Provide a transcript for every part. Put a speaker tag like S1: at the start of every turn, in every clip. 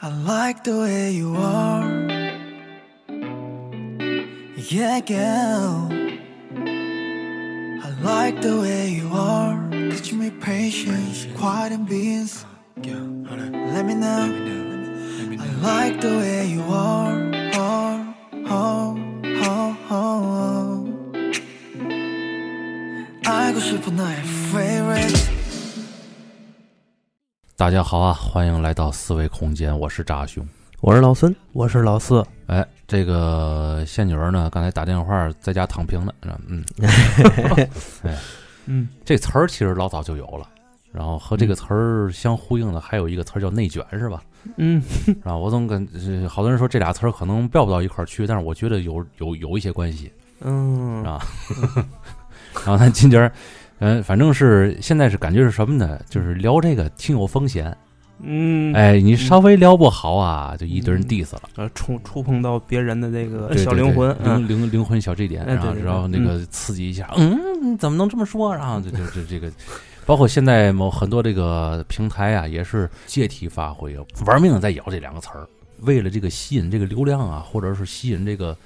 S1: I like the way you are. Yeah, girl. I like the way you are. Cause you make patience, quiet and beans. Let me know. I like the way you are. are, are, are, are. 알고 싶어 나의 favorite.
S2: 大家好啊，欢迎来到思维空间，我是扎兄。
S3: 我是老孙，我是老四，
S2: 哎，这个仙女儿呢，刚才打电话在家躺平呢，嗯，哎
S3: 嗯，
S2: 这词儿其实老早就有了，然后和这个词儿相呼应的还有一个词儿叫内卷，是吧？
S3: 嗯，
S2: 然后我总跟呃好多人说这俩词儿可能标不到一块儿去，但是我觉得有有有一些关系。
S3: 嗯
S2: 啊 然后咱今天儿，嗯、反正是现在是感觉是什么呢？就是聊这个挺有风险，
S3: 嗯，
S2: 哎，你稍微聊不好啊，就一堆人
S3: 嗯
S2: diss 了。
S3: 呃，触触碰到别人的这个
S2: 对
S3: 小
S2: 对
S3: 灵魂，
S2: 对
S3: 嗯
S2: 灵灵灵魂小 G 点，
S3: 哎
S2: 然后
S3: 对对对
S2: 然后那个刺激一下，嗯，你怎么能这么说？然后就就就这个，包括现 在某很多这个平台啊，也是借题发挥，玩命地在咬这两个词儿，为了这个吸引这个流量啊，或者是吸引这个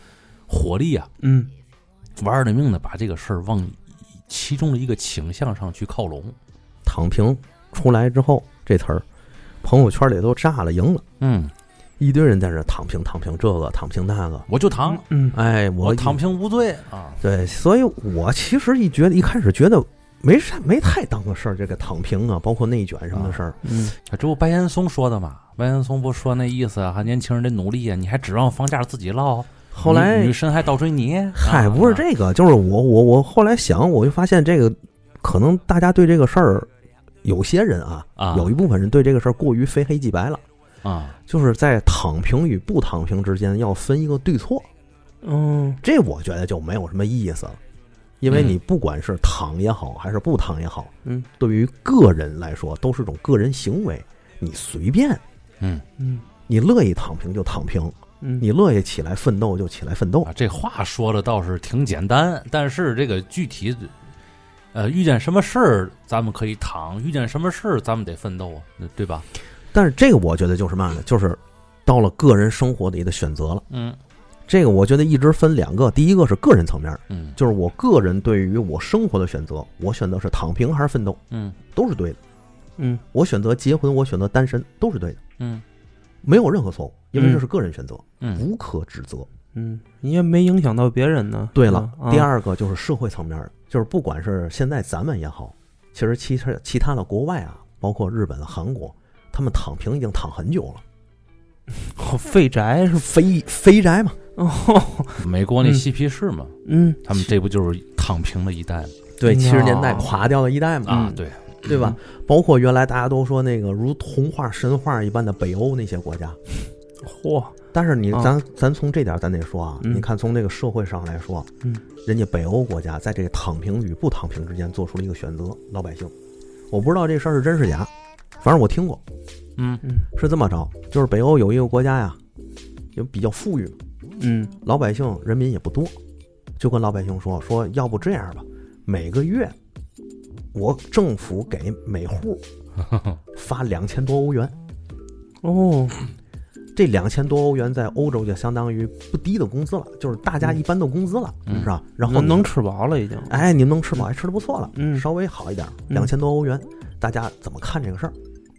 S2: 火力啊，
S3: 嗯
S2: 玩了命的把这个事儿往其中的一个倾向上去靠拢。
S4: 躺平出来之后，这词儿，朋友圈里都炸了，赢了，
S2: 嗯，
S4: 一堆人在这躺平，躺平这个，躺平那个。
S2: 我就躺，
S3: 嗯
S4: 哎，
S2: 我
S4: 我
S2: 躺平无罪啊。
S4: 对，所以我其实一觉得一开始觉得没啥没太当个事儿，这个躺平啊，包括内卷什么的事儿，
S3: 嗯
S2: 啊这不白岩松说的嘛？白岩松不说那意思啊，年轻人得努力啊，你还指望房价自己落？
S4: 后
S2: 女
S4: 来啊
S2: 女神还倒追你，啊
S4: 嗨，不是这个，就是我我我后来想，我就发现这个可能大家对这个事儿，有些人啊，
S2: 啊
S4: 有一部分人对这个事儿过于非黑即白了，
S2: 啊，
S4: 就是在躺平与不躺平之间要分一个对错。
S3: 嗯
S4: 这我觉得就没有什么意思了，因为你不管是躺也好，还是不躺也好，
S3: 嗯
S4: 对于个人来说都是种个人行为，你随便，
S2: 嗯
S3: 嗯
S4: 你乐意躺平就躺平，
S3: 嗯，
S4: 你乐意起来奋斗就起来奋斗
S2: 啊，。这话说的倒是挺简单，但是这个具体，呃，遇见什么事儿咱们可以躺，遇见什么事儿咱们得奋斗啊，对吧？
S4: 但是这个我觉得就是嘛呢，就是到了个人生活的一个选择了。
S2: 嗯
S4: 这个我觉得一直分两个，第一个是个人层面，
S2: 嗯
S4: 就是我个人对于我生活的选择，我选择是躺平还是奋斗，
S2: 嗯
S4: 都是对的。
S3: 嗯
S4: 我选择结婚，我选择单身，都是对的，
S2: 嗯
S4: 没有任何错误，因为
S3: 嗯
S4: 这是个人选择，
S2: 嗯
S4: 无可指责。
S3: 嗯，你也没影响到别人呢。
S4: 对了，
S3: 嗯
S4: 第，二个就是社会层面儿，就是不管是现在咱们也好，其实其实其他的国外啊，包括日本、韩国，他们躺平已经躺很久了，
S3: 啊废宅 是吧？
S4: 肥肥宅嘛。
S3: 哦，
S2: 美国那
S3: 嗯
S2: 嬉皮士嘛，
S3: 嗯，
S2: 他们这不就是躺平了一代嘛
S4: 对，七十年代
S3: 哦
S4: 垮掉了一代嘛，
S2: 啊？
S3: 嗯
S2: 对，
S4: 对吧？包括原来大家都说那个如童话、神话一般的北欧那些国家，
S3: 嚯，
S4: 但是你
S3: 啊
S4: 咱咱从这点儿咱得说啊，
S3: 嗯
S4: 你看从这个社会上来说，
S3: 嗯，
S4: 人家北欧国家在这个躺平与不躺平之间做出了一个选择，老百姓，我不知道这事儿是真是假，反正我听过。
S2: 嗯
S3: 嗯
S4: 是这么着，就是北欧有一个国家呀，也比较富裕嘛，
S3: 嗯
S4: 老百姓人民也不多，就跟老百姓说说，要不这样吧，每个月我政府给每户 发两千多欧元，
S3: 哦，
S4: 这两千多欧元在欧洲就相当于不低的工资了，就是大家一般的工资了，
S2: 嗯
S4: 是吧？然后
S3: 能
S4: 你
S3: 能，吃饱了已经。
S4: 哎，你们能吃饱，还吃的不错了，
S3: 嗯
S4: 稍微好一点，
S3: 嗯
S4: 两千多欧元，大家怎么看这个事儿？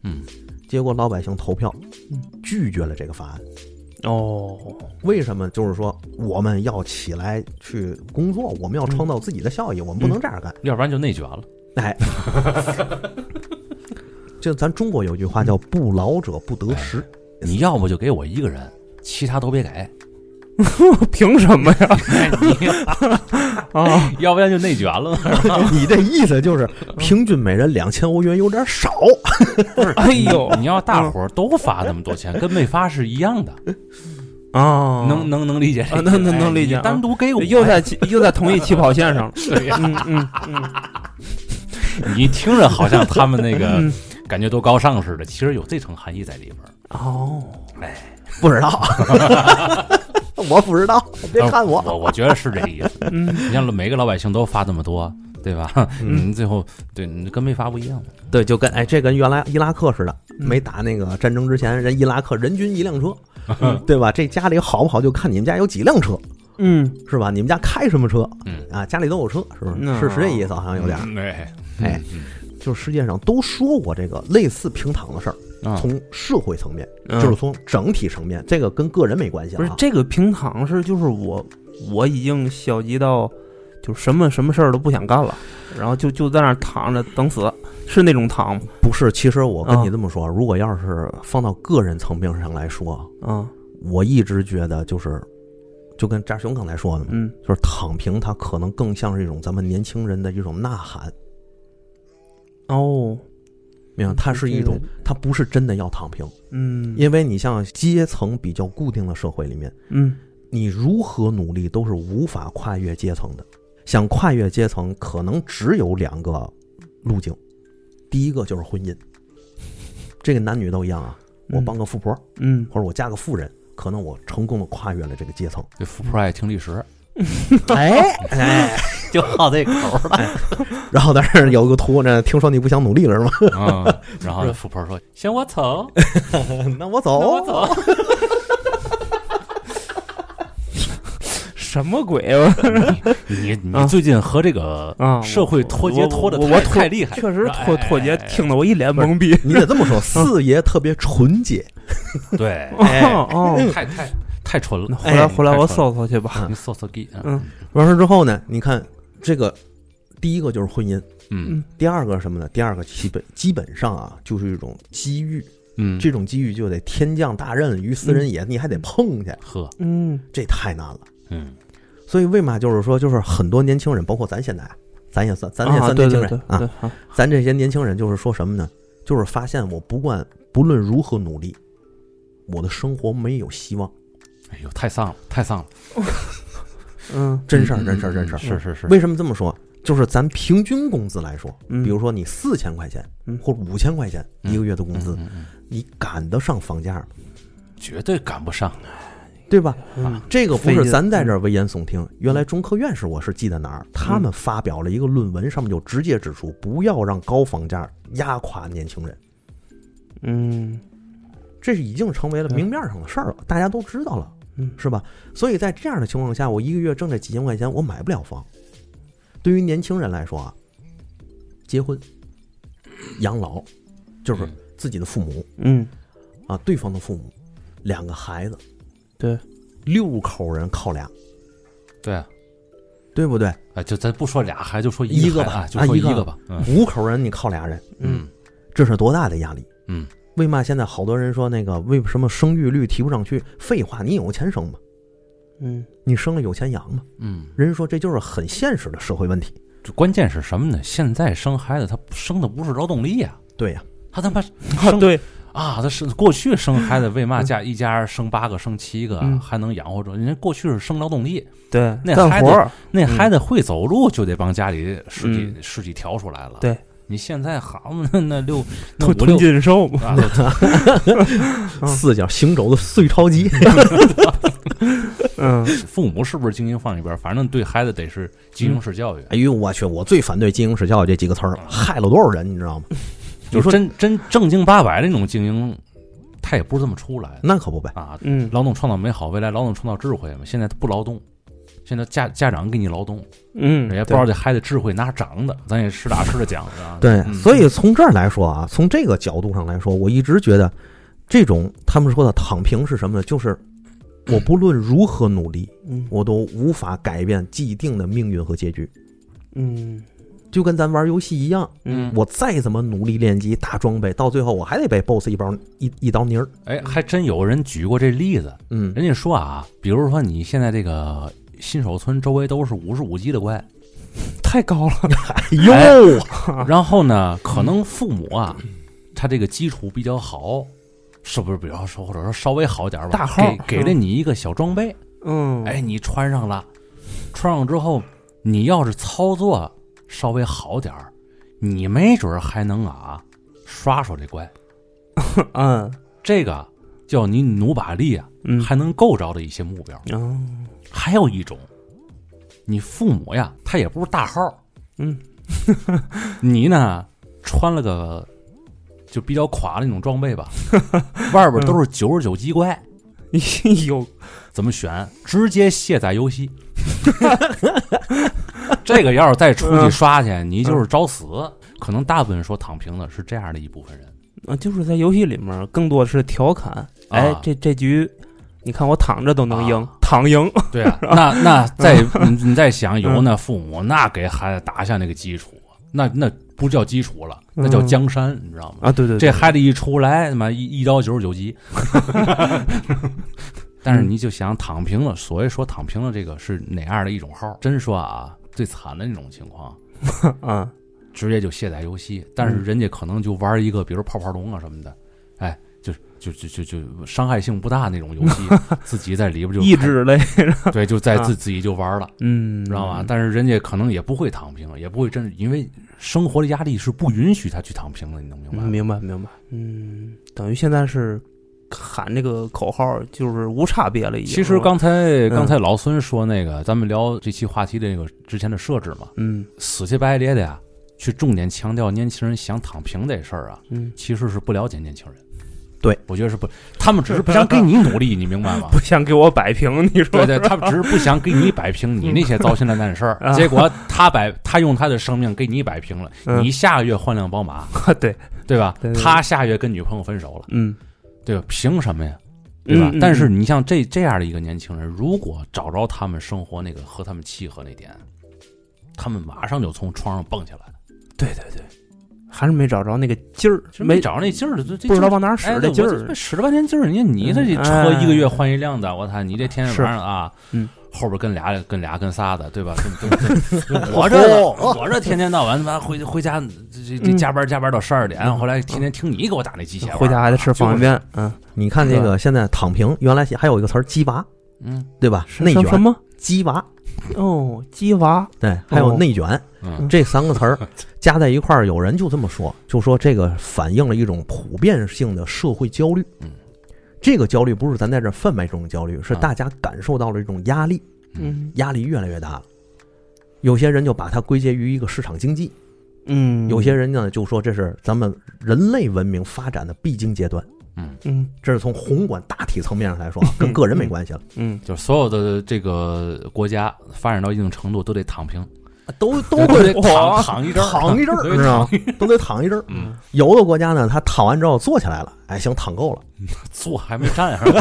S2: 嗯
S4: 结果老百姓投票
S3: 嗯
S4: 拒绝了这个法案。
S3: 哦，
S4: 为什么？就是说，我们要起来去工作，我们要创造自己的效益，我们不能这样干。
S2: 要不然就内卷了。
S4: 哎， 就咱中国有句话叫“不劳者不得食
S2: 你要么就给我一个人，其他都别给，
S3: 凭什么呀？ 啊，
S2: 要不然就内卷了 嘛。”，
S4: 你这意思就是平均每人两千欧元有点少。
S2: 不是，
S3: 哎呦
S2: 你要大伙儿都发那么多钱，跟没发是一样的，
S4: 嗯
S3: 啊，
S2: 能能能理解这
S3: 啊
S2: 个？
S3: 能能能理解
S2: 哎你单独给我，
S3: 又在起又在同一起跑线上了。嗯嗯嗯
S2: 你听着好像他们那 个
S3: 嗯，
S2: 感觉多高尚似的，其实有这层含义在里边儿。
S3: 哦，
S4: 不知道， 我不知道，别看我。
S2: 呃我我觉得是这意 思。
S3: 嗯
S2: 你像每个老百姓都发那么多，对吧？
S4: 嗯
S2: 你最后对你跟没发不一样嘛。
S4: 对，就跟哎，这跟原来伊拉克似的，没打那个战争之前，人伊拉克人均一辆车，对吧？这家里好不好就看你们家有几辆车，
S3: 嗯，
S4: 是吧？你们家开什么车
S2: 嗯？
S4: 啊，家里都有车，是不
S3: 嗯
S4: 是？是是这意思，好像有点儿。
S2: 嗯哎
S4: 哎，就是世界上都说过这个类似平躺的事儿，
S2: 啊
S4: 从社会层面，
S3: 嗯
S4: 就是从整体层面，这个跟个人没关系
S3: 不是
S4: 啊。
S3: 这个平躺是就是我我已经消极到就什么什么事儿都不想干了，然后就就在那儿躺着等死，是那种躺吗？
S4: 不是，其实我跟
S3: 啊
S4: 你这么说，如果要是放到个人层面上来说，
S3: 啊，
S4: 我一直觉得就是，就跟扎熊刚才说的嘛，
S3: 嗯，
S4: 就是躺平，它可能更像是一种咱们年轻人的一种呐喊，
S3: 哦，
S4: 明白吗？它是一种
S3: 嗯对，
S4: 它不是真的要躺平，
S3: 嗯，
S4: 因为你像阶层比较固定的社会里面，
S3: 嗯
S4: 你如何努力都是无法跨越阶层的。想跨越阶层，可能只有两个路径，第一个就是婚姻，这个男女都一样啊。我帮个富婆，
S3: 嗯
S4: 或者我嫁个富人，可能我成功的跨越了这个阶层。
S2: 这富婆爱听历史，
S4: 哎哎， 就好这口了。 然后但是有一个图呢，听说你不想努力了是吗？
S2: 啊，然后富婆说：“嫌我丑，
S4: 那我走，
S2: 那我走。
S3: 什么鬼 啊？
S2: 你
S3: 啊
S2: 你最近和这个
S3: 啊
S2: 社会脱节
S3: 我
S2: 脱的
S3: 我我
S2: 太
S3: 脱
S2: 太厉害，
S3: 确实
S2: 哎
S3: 脱脱节，听得我一脸
S4: 不是
S3: 懵逼。
S4: 你得这么说，四爷特别纯洁，
S2: 对，
S4: 哎
S3: 哦哦，
S2: 太太太蠢
S3: 那
S2: 了。
S3: 回来回来我
S2: 太蠢了，
S3: 搜搜去吧。
S2: 你搜搜给，
S3: 嗯
S4: 完事之后呢，你看这个第一个就是婚姻，
S2: 嗯
S4: 第二个是什么呢？第二个基本基本上啊，就是一种机遇，
S2: 嗯，
S4: 这种机遇就得天降大任于斯人也，你还得碰去，
S2: 呵，
S3: 嗯
S4: 这太难了。
S2: 嗯
S4: 所以为嘛就是说，就是很多年轻人，包括咱现在，咱也算咱
S3: 啊
S4: 也算
S3: 对
S4: 年轻
S3: 对
S4: 人
S3: 对
S4: 啊
S3: 对，啊
S4: 咱这些年轻人就是说什么呢？就是发现我不管不论如何努力，我的生活没有希望。
S2: 哎呦，太丧了，太丧了，
S3: 嗯
S4: 真事儿，
S2: 嗯
S4: 真事儿，
S2: 嗯
S4: 真事儿。
S2: 是是是，
S4: 为什么这么说？就是咱平均工资来说，
S3: 嗯
S4: 比如说你四千块钱
S3: 嗯
S4: 或者五千块钱
S2: 嗯
S4: 一个月的工资，
S2: 嗯嗯
S4: 你赶得上房价吗，
S2: 嗯绝对赶不上，
S4: 对吧？
S3: 嗯
S4: 这个不
S3: 费
S4: 是
S3: 劲
S4: 咱在这儿危言耸听。原来中科院是我是记得哪儿，他
S3: 嗯
S4: 们发表了一个论文，上面就直接指出，不要让高房价压垮年轻人，
S3: 嗯
S4: 这是已经成为了明面上的事儿了，大家都知道了，
S3: 嗯
S4: 是吧？所以在这样的情况下，我一个月挣这几千块钱，我买不了房。对于年轻人来说啊，结婚、养老，就是
S2: 嗯
S4: 自己的父母
S3: 嗯，
S4: 啊，对方的父母，两个孩子，
S3: 对，
S4: 六口人靠俩，
S2: 对啊，
S4: 对不对？
S2: 哎，就咱不说俩孩，就说
S4: 一个
S2: 孩
S4: 吧
S2: 啊，就
S4: 啊
S2: 说
S4: 一
S2: 一
S4: 个
S2: 个吧，嗯
S4: 五口人你靠俩人，
S2: 嗯
S4: 这是多大的压力？
S2: 嗯，
S4: 为嘛现在好多人说那个为什么生育率提不上去？废话，你有钱生吗？
S3: 嗯
S4: 你生了有钱养吗？
S2: 嗯，
S4: 人家说这就是很现实的社会问题。
S2: 这关键是什么呢？现在生孩子，他生的不是劳动力呀，
S4: 对呀、
S2: 他他妈
S3: 啊
S2: 生
S3: 对，
S2: 啊，他是过去生孩 子为嘛家一家生八个生七个
S3: 嗯
S2: 还能养活着？人家过去是生劳动力，
S3: 对，
S2: 那
S3: 干
S2: 孩
S3: 活
S2: 子
S3: 儿，
S2: 那孩子会走路就得帮家里十几、
S3: 嗯
S2: 十几条出来了。
S3: 对，
S2: 你现在好嘛，那那六那
S3: 吞
S2: 五
S3: 吞
S2: 六
S3: 金兽 嘛，
S2: 啊，
S3: 嗯
S4: 四脚行走的碎钞机。
S3: 嗯
S2: 父母是不是精英放一边儿，反正对孩子得是精
S3: 嗯
S2: 英式教育，
S4: 哎呦我去，我最反对精英式教育这几个词儿了，害了多少人，你知道吗？
S2: 就
S4: 你说
S2: 真真正经八百那种精英，他也不是这么出来的
S4: 那可不呗。
S2: 啊。
S3: 嗯
S2: 劳动创造美好未来，劳动创造智慧嘛。现在他不劳动，现在家家长给你劳动，
S3: 嗯，
S2: 人家不知道这孩子智慧哪长的，咱也实打实的讲啊。
S4: 对，
S2: 嗯
S4: 所以从这儿来说啊，从这个角度上来说，我一直觉得这种他们说的躺平是什么呢？就是我不论如何努力，
S3: 嗯
S4: 我都无法改变既定的命运和结局。
S3: 嗯
S4: 就跟咱玩游戏一样，
S2: 嗯，
S4: 我再怎么努力练级、打装备，到最后我还得被 BOSS 一包一一刀泥儿。
S2: 哎，还真有人举过这例子，
S4: 嗯，
S2: 人家说啊，比如说你现在这个新手村周围都是五十五级的怪，
S3: 太高了，
S2: 哎然后呢，可能父母啊，他这个基础比较好，是不是？比方说，或者说稍微好点儿吧，
S3: 大号
S2: 给给了你一个小装备，
S3: 嗯
S2: 哎，你穿上了，穿上之后，你要是操作稍微好点儿，你没准儿还能啊刷刷这怪，
S3: 嗯
S2: 这个叫你努把力啊，
S3: 嗯
S2: 还能够着的一些目标。
S3: 嗯
S2: 还有一种，你父母呀，他也不 是大号，
S3: 嗯，
S2: 你呢穿了个就比较垮的那种装备吧， 外边都是九十九级怪，
S3: 有
S2: 怎么选？直接卸载游戏。 这个要是再出去刷去，你
S3: 嗯
S2: 就是找死。可能大部分说躺平的是这样的一部分人，
S3: 啊，就是在游戏里面更多的是调侃，哎，这这局你看我躺着都能赢
S2: 啊，
S3: 躺赢，
S2: 对啊，那那再你你再想有那父母，那给孩子打下那个基础，啊那那不叫基础了，那叫江山，你知道吗？
S3: 啊，对对，
S2: 这
S3: 对
S2: 孩子一出来，他妈一一刀九十九级。但是你就想躺平了，所谓说躺平了，这个是哪样的一种号？真说啊，最惨的那种情况，
S3: 啊，
S2: 直接就卸载游戏，但是人家可能就玩一个，比如泡泡龙啊什么的，哎，就就就就就伤害性不大那种游戏，自己在里边就
S3: 益智类，
S2: 对，就在自
S3: 啊
S2: 自己就玩了，
S3: 嗯，
S2: 你知道吧？但是人家可能也不会躺平，也不会真，因为生活的压力是不允许他去躺平的，你能明白
S3: 嗯
S2: 吗？
S3: 明白明白，嗯，等于现在是喊这个口号，就是无差别了已经。
S2: 其实刚才
S3: 嗯
S2: 刚才老孙说那个，咱们聊这期话题的那个之前的设置嘛，
S3: 嗯
S2: 死乞白咧的呀，去重点强调年轻人想躺平这事儿啊，
S3: 嗯，
S2: 其实是不了解年轻人。
S4: 对，
S2: 我觉得是不，他们只是不想给你努 力，你明白吗
S3: 不？想给我摆平，你说
S2: 对对，他们只是不想给你摆平你那些糟心烂蛋的事儿，
S3: 啊
S2: 结果他摆他用他的生命给你摆平了，
S3: 嗯
S2: 你下个月换辆宝马，
S3: 对对，
S2: 对吧
S3: 对？对
S2: 他下个月跟女朋友分手了，
S3: 嗯，
S2: 对吧？凭什么呀？对吧
S3: 嗯嗯？
S2: 但是你像这这样的一个年轻人，如果找着他们生活那个和他们契合那点，他们马上就从床上蹦起来，
S3: 对对对，还是没找着那个劲儿，
S2: 没找着那劲儿了，这这
S3: 不知
S2: 劲
S3: 道
S2: 儿
S3: 往哪儿使
S2: 哎
S3: 这
S2: 对
S3: 劲
S2: 我
S3: 儿
S2: 这，使了半天劲儿，你看你这
S3: 嗯
S2: 车
S3: 哎
S2: 一个月换一辆的，我操，你这天天晚上啊，
S3: 是嗯，
S2: 后边跟俩跟俩跟仨的，对吧？跟跟 跟我这我这天天到晚他妈回回家这这
S3: 哦嗯
S2: 加班加班到十二点，后来天天听你给我打那机械玩儿，
S3: 回家还得吃方便面，嗯，
S4: 你看这个现在躺平，原来还有一个词儿“鸡娃
S2: 嗯”，
S4: 对吧？
S3: 什
S4: 内
S3: 什什
S4: 卷、
S3: 么？
S4: 鸡娃，
S3: 哦，鸡娃，
S4: 对，还有内卷、
S2: 嗯
S4: 这三个词 儿加在一块儿，有人就这么说，就说这个反映了一种普遍性的社会焦虑。
S2: 嗯，
S4: 这个焦虑不是咱在这儿贩卖这种焦虑，是
S2: 啊
S4: 大家感受到了一种压力，
S2: 嗯，
S4: 压力越来越大了。有些人就把它归结于一个市场经济，
S3: 嗯，
S4: 有些人呢就说这是咱们人类文明发展的必经阶段，
S3: 嗯
S4: 这是从宏观大体层面上来说啊，跟个人没关系了，
S3: 嗯，
S2: 就是所有的这个国家发展到一定程度都得躺平，
S4: 嗯都都
S2: 都
S4: 会
S2: 得躺躺一阵儿，
S4: 躺一阵儿，
S2: 都得
S4: 你知道
S2: 躺
S4: 吗？ 都得躺一阵儿。
S2: 嗯，
S4: 有的国家呢，他躺完之后坐起来了，哎，行，躺够了，
S2: 坐还没站上，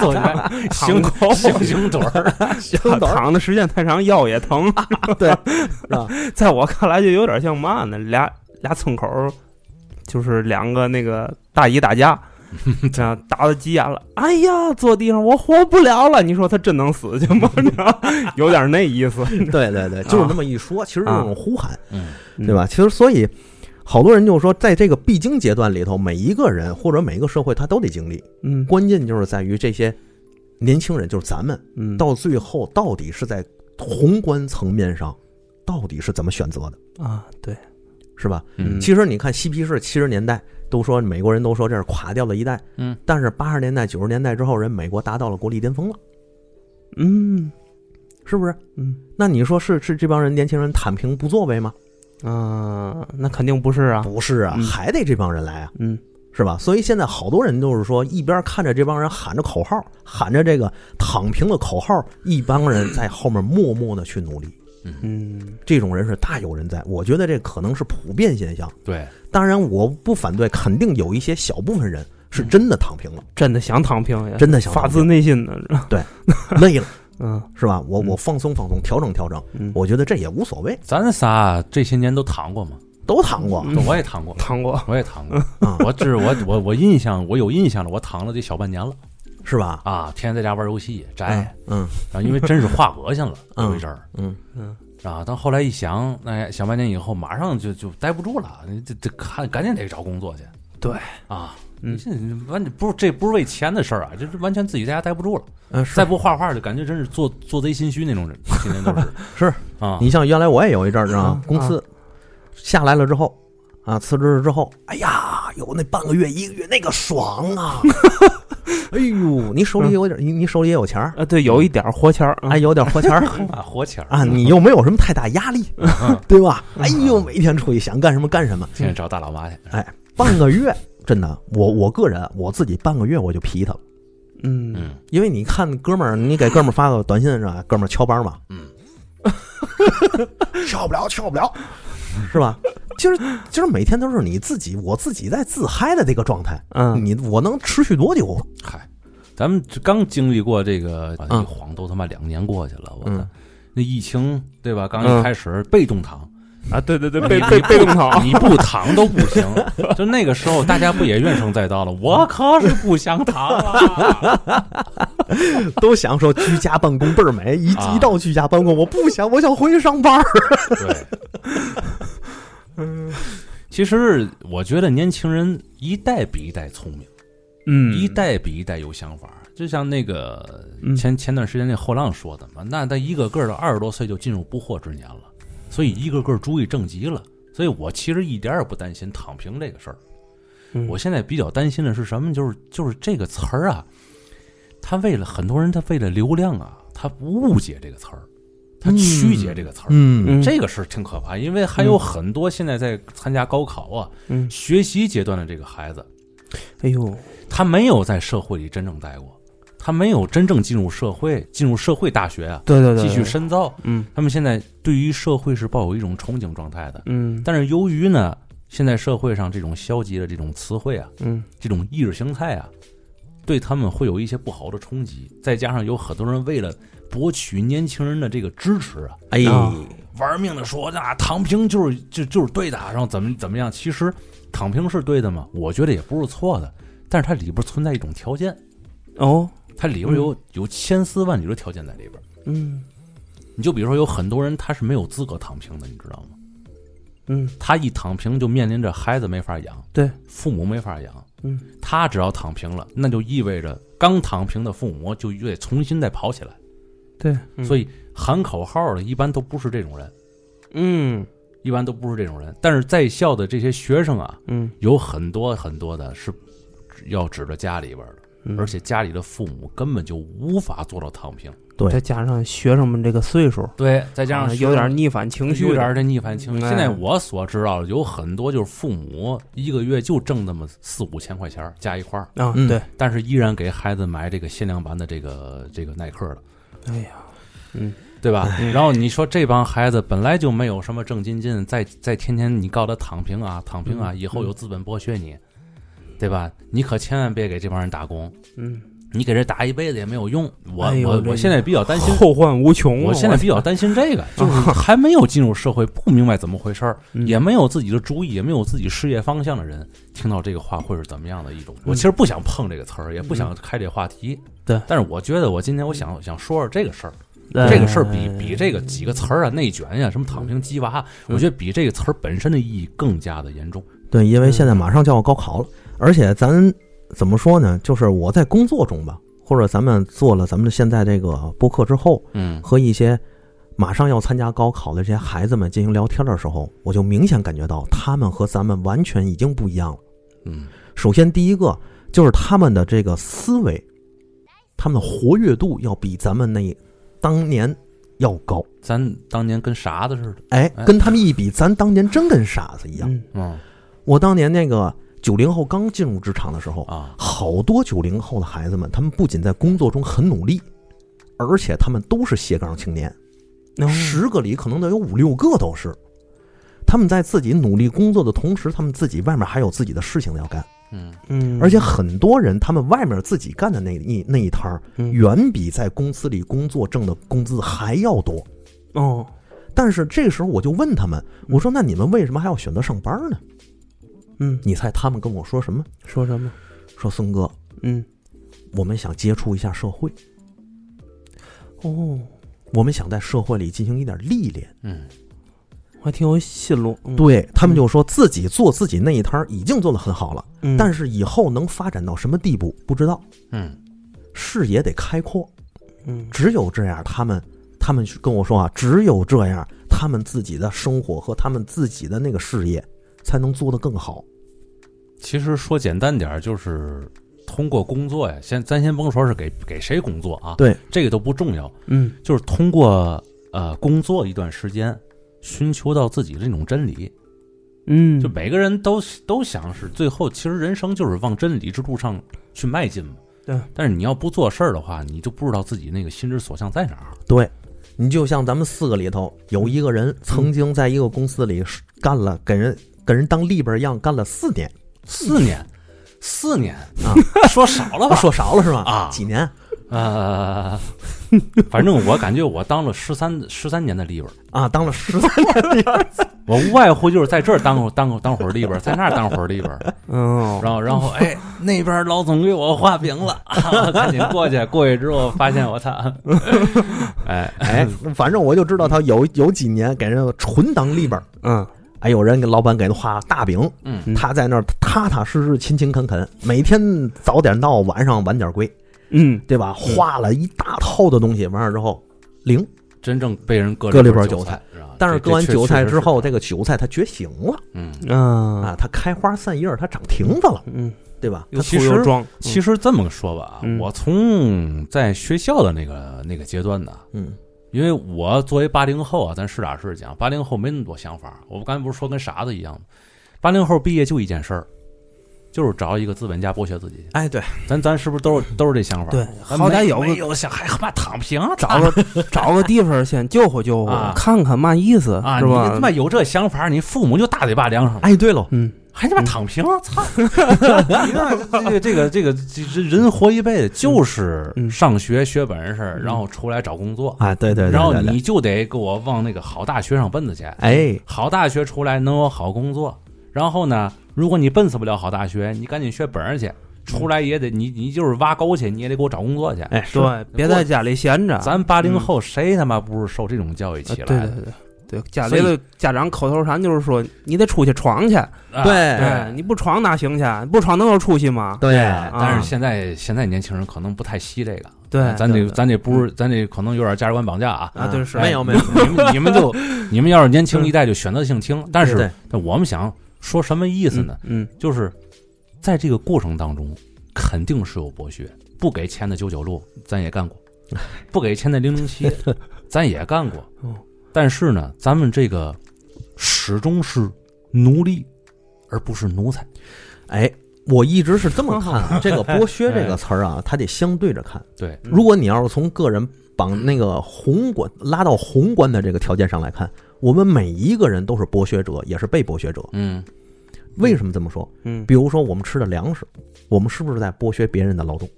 S2: 坐下来行
S3: 躺
S2: 行 行腿儿，
S4: 行，躺
S3: 躺的时间太长，腰也疼。
S4: 对，
S3: 在我看来就有点像嘛呢，俩俩村口儿就是两个那个大姨打 架，这样打到急眼了，哎呀，坐地上我活不了了。你说他真能死去吗？ 你知道有点那意思，
S4: 对对对，就是那么一说，其实就是一种呼喊，
S2: 嗯
S4: 对吧？其实所以，好多人就说，在这个必经阶段里头，每一个人或者每一个社会，他都得经历。
S3: 嗯？
S4: 关键就是在于这些年轻人，就是咱们，
S3: 嗯嗯，
S4: 到最后到底是在宏观层面上，到底是怎么选择的，
S3: 啊，对，
S4: 是吧？
S2: 嗯
S4: 其实你看嬉皮士七十年代。都说美国人都说这是垮掉的一代，
S2: 嗯，
S4: 但是八十年代九十年代之后，人美国达到了国力巅峰了，
S3: 嗯
S4: 是不是？
S3: 嗯
S4: 那你说是是这帮人年轻人躺平不作为吗？
S3: 啊，那肯定不是啊，
S4: 不是啊，
S3: 嗯
S4: 还得这帮人来啊，
S3: 嗯
S4: 是吧？所以现在好多人就是说，一边看着这帮人喊着口号，喊着这个躺平的口号，一帮人在后面默默的去努力。
S3: 嗯
S4: 这种人是大有人在，我觉得这可能是普遍现象。
S2: 对，
S4: 当然，我不反对，肯定有一些小部分人是真的躺平了，嗯
S3: 真的想躺平呀，
S4: 真的想躺
S3: 发
S4: 平
S3: 自内心的，
S4: 累了，
S3: 嗯
S4: 是吧？我
S3: 嗯
S4: 我放松放松，调整调整，
S3: 嗯，
S4: 我觉得这也无所谓，
S2: 咱仨这些年都躺过吗？
S4: 都躺过
S3: 嗯
S2: 我也躺过，
S3: 躺过，
S2: 我也躺过。
S4: 啊，
S2: 我只我我我印象，我有印象了，我躺了得小半年了
S4: 是吧？
S2: 啊！天天在家玩游戏宅，
S3: 哎
S4: 嗯
S2: 然后因为真是化恶 心了，
S4: 嗯
S2: 有一阵儿
S4: 嗯，
S3: 嗯
S2: 啊。但后来一想，哎，小半年以后马上就就待不住了，你这这看赶紧得找工作去。
S3: 对
S2: 啊，
S3: 嗯
S2: 你这完全不是这不是为钱的事儿啊，这是完全自己在家待不住了。
S4: 嗯，是
S2: 再不画画，就感觉真是做做贼心虚那种人， 天天都是
S4: 是
S2: 啊。
S4: 你像原来我也有一阵儿啊
S3: 啊，
S4: 公司下来了之后啊，辞职了之后，哎呀，有那半个月一个月那个爽 啊！哎呦，你手里有点，你你手里也有钱儿，
S3: 啊，对，有一点儿活钱儿，嗯
S4: 哎，有点活钱儿
S2: 啊，活钱儿
S4: 啊，你又没有什么太大压力，对吧？哎呦，每天出去想干什么干什么，
S2: 天天找大老妈去，
S4: 半个月真的，我我个人我自己半个月我就皮他了，
S3: 嗯，
S2: 嗯
S4: 因为你看哥们儿，你给哥们儿发个短信是吧？哥们儿翘班嘛，
S2: 嗯，
S4: 翘不了，翘不了，是吧？其实其实每天都是你自己，我自己在自嗨的这个状态，
S3: 嗯
S4: 你我能持续多久？
S2: 嗨，咱们这刚经历过这个，啊
S4: 嗯
S2: 一晃都他妈两年过去了，我
S4: 嗯
S2: 操！那疫情对吧？刚
S3: 嗯
S2: 一开始被动躺，
S3: 啊，对对对，被被被动躺，
S2: 啊你不躺都不行。就那个时候，大家不也怨声载道了？我可是不想啊躺了。
S4: 都想说居家办公倍儿美，一
S2: 啊
S4: 一到居家办公，我不想，我想回去上班儿。
S2: 对，其实我觉得年轻人一代比一代聪明，
S3: 嗯，
S2: 一代比一代有想法。就像那个
S3: 嗯
S2: 前前段时间那后浪说的嘛，那他一个个的二十多岁就进入不惑之年了，所以一个个主意正极了。所以我其实一点儿也不担心躺平这个事儿。
S3: 嗯
S2: 我现在比较担心的是什么？就是就是这个词儿啊，他为了很多人，他为了流量啊，他误解这个词儿，他曲解这个词儿。
S4: 嗯
S3: 嗯
S2: 这个是挺可怕，因为还有很多现在在参加高考啊、
S3: 嗯，
S2: 学习阶段的这个孩子，
S3: 哎呦，
S2: 他没有在社会里真正待过，他没有真正进入社会，进入社会大学啊，
S3: 对对对，
S2: 继续
S3: 对，
S2: 深造。
S3: 嗯
S2: 他们现在对于社会是抱有一种憧憬状态的，
S3: 嗯
S2: 但是由于呢，现在社会上这种消极的这种词汇啊，
S3: 嗯
S2: 这种意识形态啊，对他们会有一些不好的冲击，再加上有很多人为了博取年轻人的这个支持啊，
S4: 哎
S3: 啊
S2: 玩命的说那躺平就是就就是对的，啊然后怎么怎么样？其实躺平是对的吗？我觉得也不是错的，但是它里边存在一种条件，
S3: 哦，
S2: 它里边有、有千丝万缕的条件在里边。
S3: 嗯
S2: 你就比如说有很多人他是没有资格躺平的，你知道吗？
S3: 嗯
S2: 他一躺平就面临着孩子没法养，
S3: 对，
S2: 父母没法养，
S3: 嗯，
S2: 他只要躺平了，那就意味着刚躺平的父母就又得重新再跑起来。
S3: 对，嗯
S2: 所以喊口号的一般都不是这种人，
S3: 嗯
S2: 一般都不是这种人。但是在校的这些学生啊，
S3: 嗯，
S2: 有很多很多的是要指着家里边的，
S3: 嗯
S2: 而且家里的父母根本就无法做到躺平。
S3: 再加上学生们这个岁数，
S2: 对，再
S3: 再
S2: 加上
S3: 啊有点逆反情绪的，
S2: 有点这逆反情绪。
S3: 嗯
S2: 现在我所知道的有很多就是父母一个月就挣那么四五千块钱儿加一块儿，
S3: 啊，
S4: 嗯
S3: 对，
S2: 但是依然给孩子买这个限量版的这个这个耐克的。
S3: 哎呀，嗯
S2: 对吧？然后你说这帮孩子本来就没有什么正经劲，再再天天你告他躺平啊，躺平啊，
S3: 嗯
S2: 以后有资本剥削你，对吧？你可千万别给这帮人打工，
S3: 嗯，
S2: 你给人打一辈子也没有用。我、
S3: 哎呦
S2: 我
S3: 这
S2: 我现在比较担心，
S3: 后患无穷啊，
S2: 我现在比较担心这个，就是还没有进入社会，不明白怎么回事儿，
S3: 嗯
S2: 也没有自己的主意，也没有自己事业方向的人，听到这个话会是怎么样的一种？我其实不想碰这个词儿，也不想开这话题。
S3: 对
S2: 但是我觉得我今天我想想说说这个事儿，
S3: 哎
S2: 这个事儿比比这个几个词儿啊，内卷呀、什么躺平、鸡娃，
S3: 嗯
S2: 我觉得比这个词儿本身的意义更加的严重。
S4: 对，因为现在马上就要高考了，而且咱怎么说呢？就是我在工作中吧，或者咱们做了咱们现在这个播客之后，
S2: 嗯
S4: 和一些马上要参加高考的这些孩子们进行聊天的时候，我就明显感觉到他们和咱们完全已经不一样了。
S2: 嗯，
S4: 首先，第一个就是他们的这个思维，他们的活跃度要比咱们那当年要高。
S2: 咱当年跟啥子似的，
S4: 哎
S2: 哎，
S4: 跟他们一比，咱当年真跟傻子一样。
S3: 嗯
S2: 嗯
S4: 我当年那个九零后刚进入职场的时候，
S2: 啊，
S4: 好多九零后的孩子们，他们不仅在工作中很努力，而且他们都是斜杠青年，
S3: 嗯
S4: 十个里可能得有五六个都是。他们在自己努力工作的同时，他们自己外面还有自己的事情要干，
S2: 嗯
S3: 嗯，
S4: 而且很多人他们外面自己干的那一那一摊儿，
S3: 嗯
S4: 远比在公司里工作挣的工资还要多。
S3: 哦，
S4: 但是这时候我就问他们，我说：“那你们为什么还要选择上班呢
S3: 嗯？”，
S4: 你猜他们跟我说什么？
S3: 说什么？
S4: 说孙哥，
S3: 嗯，
S4: 我们想接触一下社会，
S3: 哦，
S4: 我们想在社会里进行一点历练。
S2: 嗯
S3: 还挺有戏路，嗯，
S4: 对他们就说自己做自己那一摊儿已经做得很好了，
S3: 嗯
S4: 但是以后能发展到什么地步不知道，
S2: 嗯
S4: 视野得开阔。
S3: 嗯
S4: 只有这样，他们他们跟我说啊，只有这样，他们自己的生活和他们自己的那个事业才能做得更好。
S2: 其实说简单点儿，就是通过工作呀，先咱先甭说是给给谁工作啊，
S4: 对，
S2: 这个都不重要，
S3: 嗯
S2: 就是通过呃工作一段时间，寻求到自己的这种真理，
S3: 嗯，
S2: 就每个人都都想是最后，其实人生就是往真理之路上去迈进嘛。
S3: 对，
S2: 但是你要不做事儿的话，你就不知道自己那个心之所向在哪 儿。
S4: 对，你就像咱们四个里头有一个人曾经在一个公司里是干了，给人给人当立本一样干了四年，
S2: 四年，四年
S4: 啊，
S2: 说少了
S4: 啊
S2: 吧？
S4: 说少了是吧？
S2: 啊
S4: 几年
S2: 呃， 反正我感觉我当了十三十三年的利本，
S4: 啊，当了十三
S2: 我无外乎就是在这儿当当当会儿利本，在那儿当会儿利本，
S3: 哦，
S2: 然后然
S4: 嗯
S2: 后哎，那边老总给我画饼 了，啊赶紧过去。过去之后发现我操，哎，
S4: 哎，反正我就知道
S2: 嗯
S4: 他有有几年给人纯当立本，
S3: 嗯，
S4: 哎，有人给老板给他画大饼，
S2: 嗯
S4: 他在那儿踏踏实实、勤勤恳恳，每天早点到，晚上晚点归，
S3: 嗯，
S4: 对吧？画了一大套的东西，完了之后零，
S2: 真正被人割
S4: 割了一
S2: 包
S4: 包韭
S2: 菜
S4: 菜，
S2: 吧
S4: 但是
S2: 啊这
S4: 割完
S2: 这确
S4: 韭菜
S2: 确实
S4: 之
S2: 是
S4: 后，这个韭菜它觉醒了
S2: 嗯，
S3: 啊，
S4: 啊，它开花散叶，它长亭子了，
S3: 嗯，
S4: 对吧？
S3: 又
S2: 其
S3: 粗
S2: 实
S3: 又壮，
S2: 其实这么说吧，
S3: 嗯
S2: 我从在学校的那个那个阶段呢，
S4: 嗯
S2: 因为我作为八零后啊，咱实打实讲，八零后没那么多想法。我刚才不是说跟傻子一样吗？八零后毕业就一件事儿，就是找一个资本家剥削自己。
S3: 哎，对，
S2: 咱咱是不是都是都是这想法？
S3: 对
S2: 咱
S3: 好歹
S2: 没
S3: 有个
S2: 没有想还他妈躺平
S3: 找 个找个地方先救活救
S2: 啊
S3: 活，看看嘛意思
S2: 啊！
S3: 是
S2: 你他妈
S3: 吧？
S2: 有这想法，你父母就大嘴巴凉上，
S4: 哎，对喽，
S3: 嗯，
S2: 还他妈躺平，操！ 你那这个这个这个这这人活一辈子就是
S3: 嗯
S2: 上学学本事，
S3: 嗯
S2: 然后出来找工作，
S4: 哎，对对对，
S2: 然后
S4: 对对
S2: 你就得给我往那个好大学上奔着去。
S4: 哎，
S2: 好大学出来能有好工作，然后呢，如果你奔死不了好大学，你赶紧学本儿去，出来也得你你就是挖沟去，你也得给我找工作去。
S4: 哎，是
S3: 对，别在家里闲着。
S2: 咱八零
S3: 嗯
S2: 后谁他妈不是受这种教育
S3: 啊
S2: 起
S3: 对
S2: 来
S3: 对
S2: 的？
S3: 对对，家
S2: 所
S3: 里
S2: 以
S3: 的家长口头禅就是说，你得出去闯去，
S2: 啊
S3: 哎，
S4: 对
S3: 你不闯哪行去？不闯能有出息吗？
S4: 对，
S2: 哎
S4: 啊
S2: 但是现在现在年轻人可能不太惜这个，
S3: 啊
S2: 哎
S3: 对，
S2: 咱
S3: 对
S2: 这咱这不是咱这可能有点价值观绑架啊。
S3: 啊，对是，
S4: 没有没有，
S2: 你们你们 就你们要是年轻一代就选择性听，但
S4: 对
S2: 是
S4: 对
S2: 但我们想说什么意
S3: 意
S2: 思呢？？
S3: 嗯，
S2: 就是在这个过程当中，肯定是有剥削。不给钱的九九六，咱也干 过；不给钱的零零七，咱也干过
S3: 哦。
S2: 但是呢，咱们这个始终是奴隶，而不是奴才。
S4: 哎，我一直是这么看啊这个“剥削”这个词儿啊，它得相对着看。
S2: 对，
S3: 嗯
S4: 如果你要是从个人绑那个宏观拉到宏观的这个条件上来看，我们每一个人都是剥削者，也是被剥削者。
S2: 嗯，
S4: 为什么这么说？
S3: 嗯
S4: 比如说我们吃的粮食，我们是不是在剥削别人的劳动？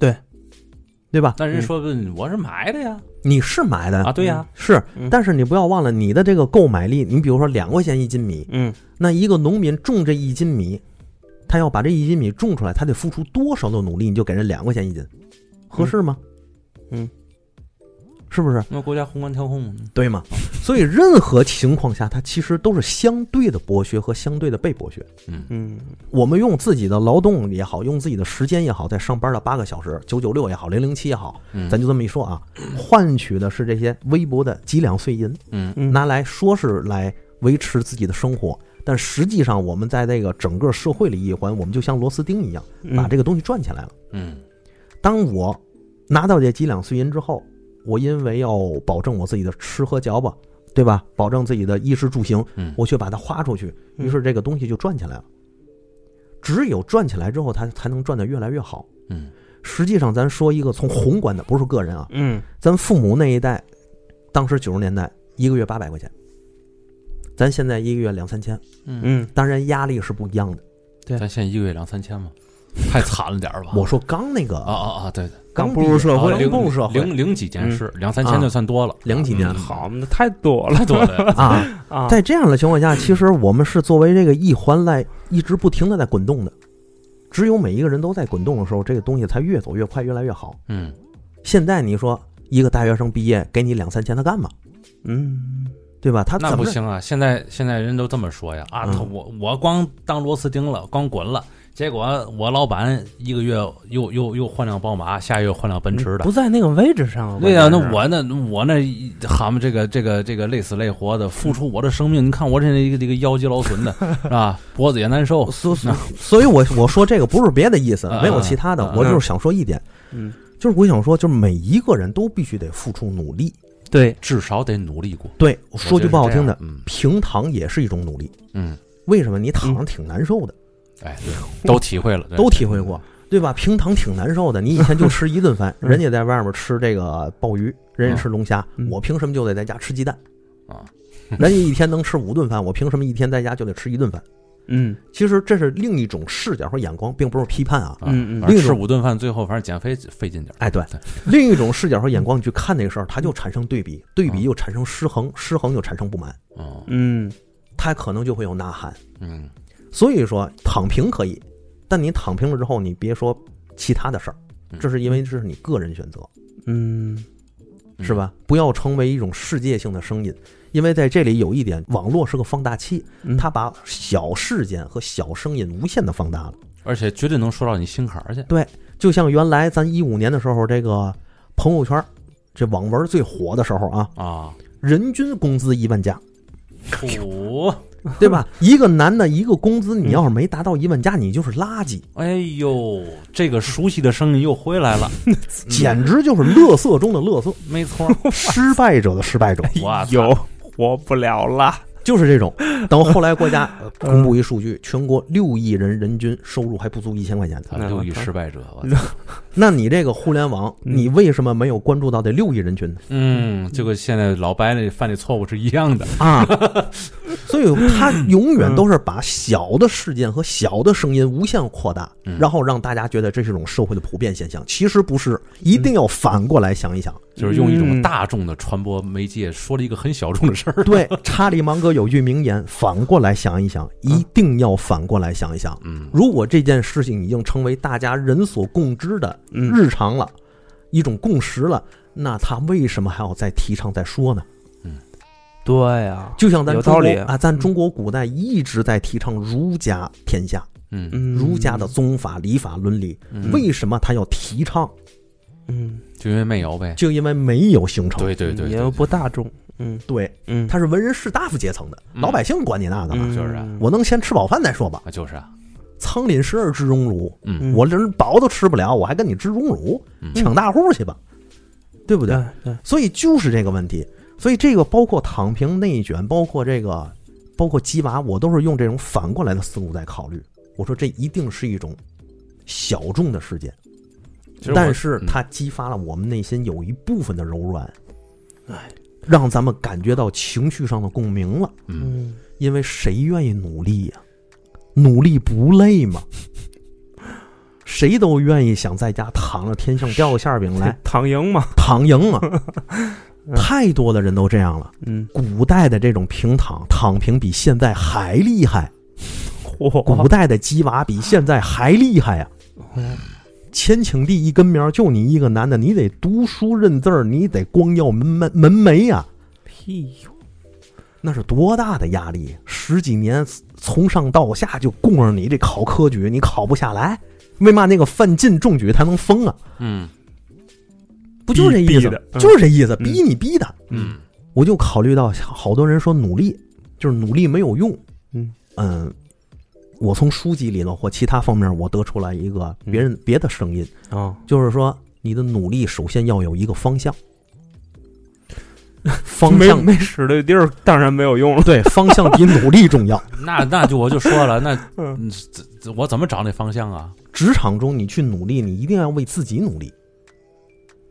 S3: 对，
S4: 对吧？
S2: 但人说不我是买的呀，
S4: 你是买的
S2: 啊，对呀，
S4: 是
S3: 嗯，
S4: 但是你不要忘了你的这个购买力。你比如说两块钱一斤米，
S3: 嗯，
S4: 那一个农民种这一斤米，他要把这一斤米种出来，他得付出多少的努力？你就给人两块钱一斤，合适吗？
S3: 嗯，
S4: 是不是？
S2: 那国家宏观调控，
S4: 对吗？所以任何情况下，它其实都是相对的剥削和相对的被剥削。
S2: 嗯，
S3: 嗯
S4: 我们用自己的劳动也好，用自己的时间也好，在上班的八个小时、九九六也好、零零七也好，
S2: 嗯
S4: 咱就这么一说啊，换取的是这些微薄的几两碎银，
S2: 嗯
S3: 嗯
S4: 拿来说是来维持自己的生活，但实际上我们在这个整个社会里一环，我们就像螺丝钉一样，
S3: 嗯
S4: 把这个东西转起来了。
S2: 嗯
S4: 当我拿到这几两碎银之后，我因为要保证我自己的吃喝嚼吧，对吧？保证自己的衣食住行，
S2: 嗯，
S4: 我去把它花出去，
S3: 嗯
S4: 于是这个东西就赚起来了。只有赚起来之后，它才能赚得越来越好。
S2: 嗯
S4: 实际上，咱说一个从宏观的，不是个人啊，
S3: 嗯
S4: 咱父母那一代，当时九十年代一个月八百块钱，咱现在一个月两三千，
S2: 嗯，
S3: 嗯
S4: 当然压力是不一样的。
S2: 咱现在一个月两三千嘛，太惨了点儿吧？
S4: 我说刚那个
S2: 啊啊啊，对对，
S4: 刚
S3: 步入
S4: 毕业啊
S3: 社会
S4: 刚
S2: 零
S4: 步入社会
S2: 零零几件
S3: 嗯
S2: 事，两三千
S4: 啊
S2: 就算多了，
S4: 零几年
S2: 嗯
S3: 好，那太多了
S2: 太多 了。
S4: 啊，
S3: 啊，
S4: 在这样的情况下，其实我们是作为这个一环来一直不停的在滚动的。只有每一个人都在滚动的时候，这个东西才越走越快，越来越好。
S2: 嗯，
S4: 现在你说一个大学生毕业给你两三千，他干嘛？
S3: 嗯
S4: 对吧？他
S2: 那
S4: 怎
S2: 不
S4: 么？
S2: 行啊！现在现在人都这么说呀啊！
S4: 嗯
S2: 他我我光当螺丝钉了，光滚了，结果我老板一个月又又又换辆宝马，下月换辆奔驰的
S3: 不。在那个位置上，
S2: 对呀、啊
S3: 呀，
S2: 那我那我那一蛤蟆这个这个这个累死累活的，付出我的生命，你看我这一个这个腰肌劳损 的是吧？脖子也难受。
S4: 哦所所 所以我，我说这个不是别的意思
S2: 啊，
S4: 没有其他的
S2: 啊，
S4: 我就是想说一点，
S3: 嗯
S4: 就是我想说，就是每一个人都必须得付出努力，
S3: 对，
S2: 至少得努力过。
S4: 对，我说句不好听的
S2: 我觉得是这样，嗯
S4: 平躺也是一种努力。
S2: 嗯，
S4: 为什么你躺着挺难受的？
S2: 哎，对都体会了，嗯对
S4: 都体会过，对吧？平躺挺难受的，你以前就吃一 顿饭，
S3: 嗯
S4: 人家在外面吃这个鲍鱼，人家吃龙虾，
S3: 嗯
S4: 我凭什么就得在家吃鸡 蛋？
S2: 啊，
S4: 人家一天能吃五顿饭，我凭什么一天在家就得吃一顿饭？
S3: 嗯
S4: 其实这是另一种视角和眼光，并不是批判啊。
S2: 啊
S3: 嗯嗯
S2: 反正
S4: 另一
S2: 吃
S4: 种
S2: 五顿饭，最后反正减肥费劲点儿。
S4: 哎，对
S2: 对，嗯
S4: 另一种视角和眼光，你去看这个事儿，它就产生对比，对比又产生失衡，失衡又产生不满，
S2: 嗯
S3: 嗯
S4: 他可能就会有呐喊。
S2: 嗯，
S4: 所以说躺平可以，但你躺平了之后，你别说其他的事儿，
S2: 嗯
S4: 这是因为这是你个人选择，
S3: 嗯
S2: 嗯
S4: 是？吧？不要成为一种世界性的声音，因为在这里有一点，网络是个放大器，
S3: 嗯，
S4: 它把小事件和小声音无限的放大了。
S2: 而且绝对能说到你心坎儿去。
S4: 就像原来咱一五年的时候，这个朋友圈儿这网文最火的时候啊，
S2: 啊，
S4: 人均工资一万加，
S2: 苦，
S4: 对吧？一个男的，一个工资，你
S3: 嗯
S4: 要是没达到一万加，你就是垃圾，
S2: 哎呦，这个熟悉的声音又回来了，
S4: 简直就是垃圾中的垃圾，
S2: 没错，
S4: 失败者的失败者。
S2: 我操
S3: 嗯有活不了了，
S4: 就是这种。等后来国家呃公布一数据，全国六亿人人均收入还不足一千块钱的，
S2: 他六亿失败者，我操
S4: 那你这个互联网，
S3: 嗯
S4: 你为什么没有关注到这六亿人群呢？
S2: 嗯，就跟现在老白那犯的错误是一样的。
S4: 啊， 所以他永远都是把小的事件和小的声音无限扩大，
S2: 嗯
S4: 然后让大家觉得这是一种社会的普遍现象。其实不是，一定要反过来想一想。
S2: 就是用一种
S3: 嗯
S2: 大众的传播媒介说了一个很小众的事儿。
S4: 对，查理芒格有句名言：“反过来想一想，一定要反过来想一想。”
S2: 嗯
S4: 如果这件事情已经成为大家人所共知的
S3: 嗯
S4: 日常了，一种共识了，那他为什么还要再提倡再说呢？
S3: 对呀，
S4: 就像咱
S3: 有
S4: 中
S3: 道
S4: 国
S3: 理嗯
S4: 啊，咱中国古代一直在提倡儒家天下，
S2: 嗯，
S3: 嗯，
S4: 儒家的宗法、礼法、伦理，
S2: 嗯
S4: 为什么他要提倡？
S3: 嗯，
S2: 就因为没有呗。
S4: 就因为没有形成，
S2: 对对对，
S3: 也
S2: 对
S3: 不大众，嗯
S4: 对，
S3: 嗯，
S4: 他是文人士大夫阶层的，
S2: 嗯
S4: 老百姓管你那干嘛？
S3: 嗯
S2: 就是啊
S4: 我能先吃饱饭再说吧。
S2: 啊，就是啊，
S4: 苍廪实而知荣辱，
S2: 嗯
S3: 嗯
S4: 我连饱都吃不了，我还跟你知荣辱，
S2: 嗯
S4: 抢大户去吧，对不对？
S3: 对对，
S4: 所以就是这个问题，所以这个包括躺平、内卷，包括这个，包括鸡娃，我都是用这种反过来的思路在考虑。我说这一定是一种小众的事件，
S2: 其实我
S4: 但是
S2: 嗯
S4: 它激发了我们内心有一部分的柔软，让咱们感觉到情绪上的共鸣了。
S2: 嗯，
S3: 嗯
S4: 因为谁愿意努力呀、努力不累吗？谁都愿意想在家躺着天上掉个馅儿饼来
S3: 躺赢嘛，
S4: 躺赢啊！太多的人都这样了。
S3: 嗯，
S4: 古代的这种平躺躺平比现在还厉害，古
S3: 嚯，
S4: 代的鸡娃比现在还厉害呀、千顷地一根苗，就你一个男的，你得读书认字儿，你得光耀门门门楣呀、
S3: 屁哟，
S4: 那是多大的压力！十几年从上到下就供着你这考科举，你考不下来，为嘛那个范进中举他能封啊？
S2: 嗯
S4: 不就是这意
S3: 逼逼
S4: 思
S3: 的？嗯
S4: 就是这意思，
S3: 嗯
S4: 逼你逼的。
S2: 嗯
S4: 我就考虑到好多人说努力，就是努力没有用。
S3: 嗯
S4: 嗯我从书籍里头或其他方面，我得出来一个别人别的声音，
S3: 啊，
S4: 就是说你的努力首先要有一个方 向，方
S3: 没
S4: 向
S3: 没使的地儿，当然没有用了，
S4: 对方向比努力重要。
S2: 嗯那那就我就说了，那
S3: 嗯
S2: 嗯这这我怎么找那方向啊？
S4: 职场中你去努力，你一定要为自己努力。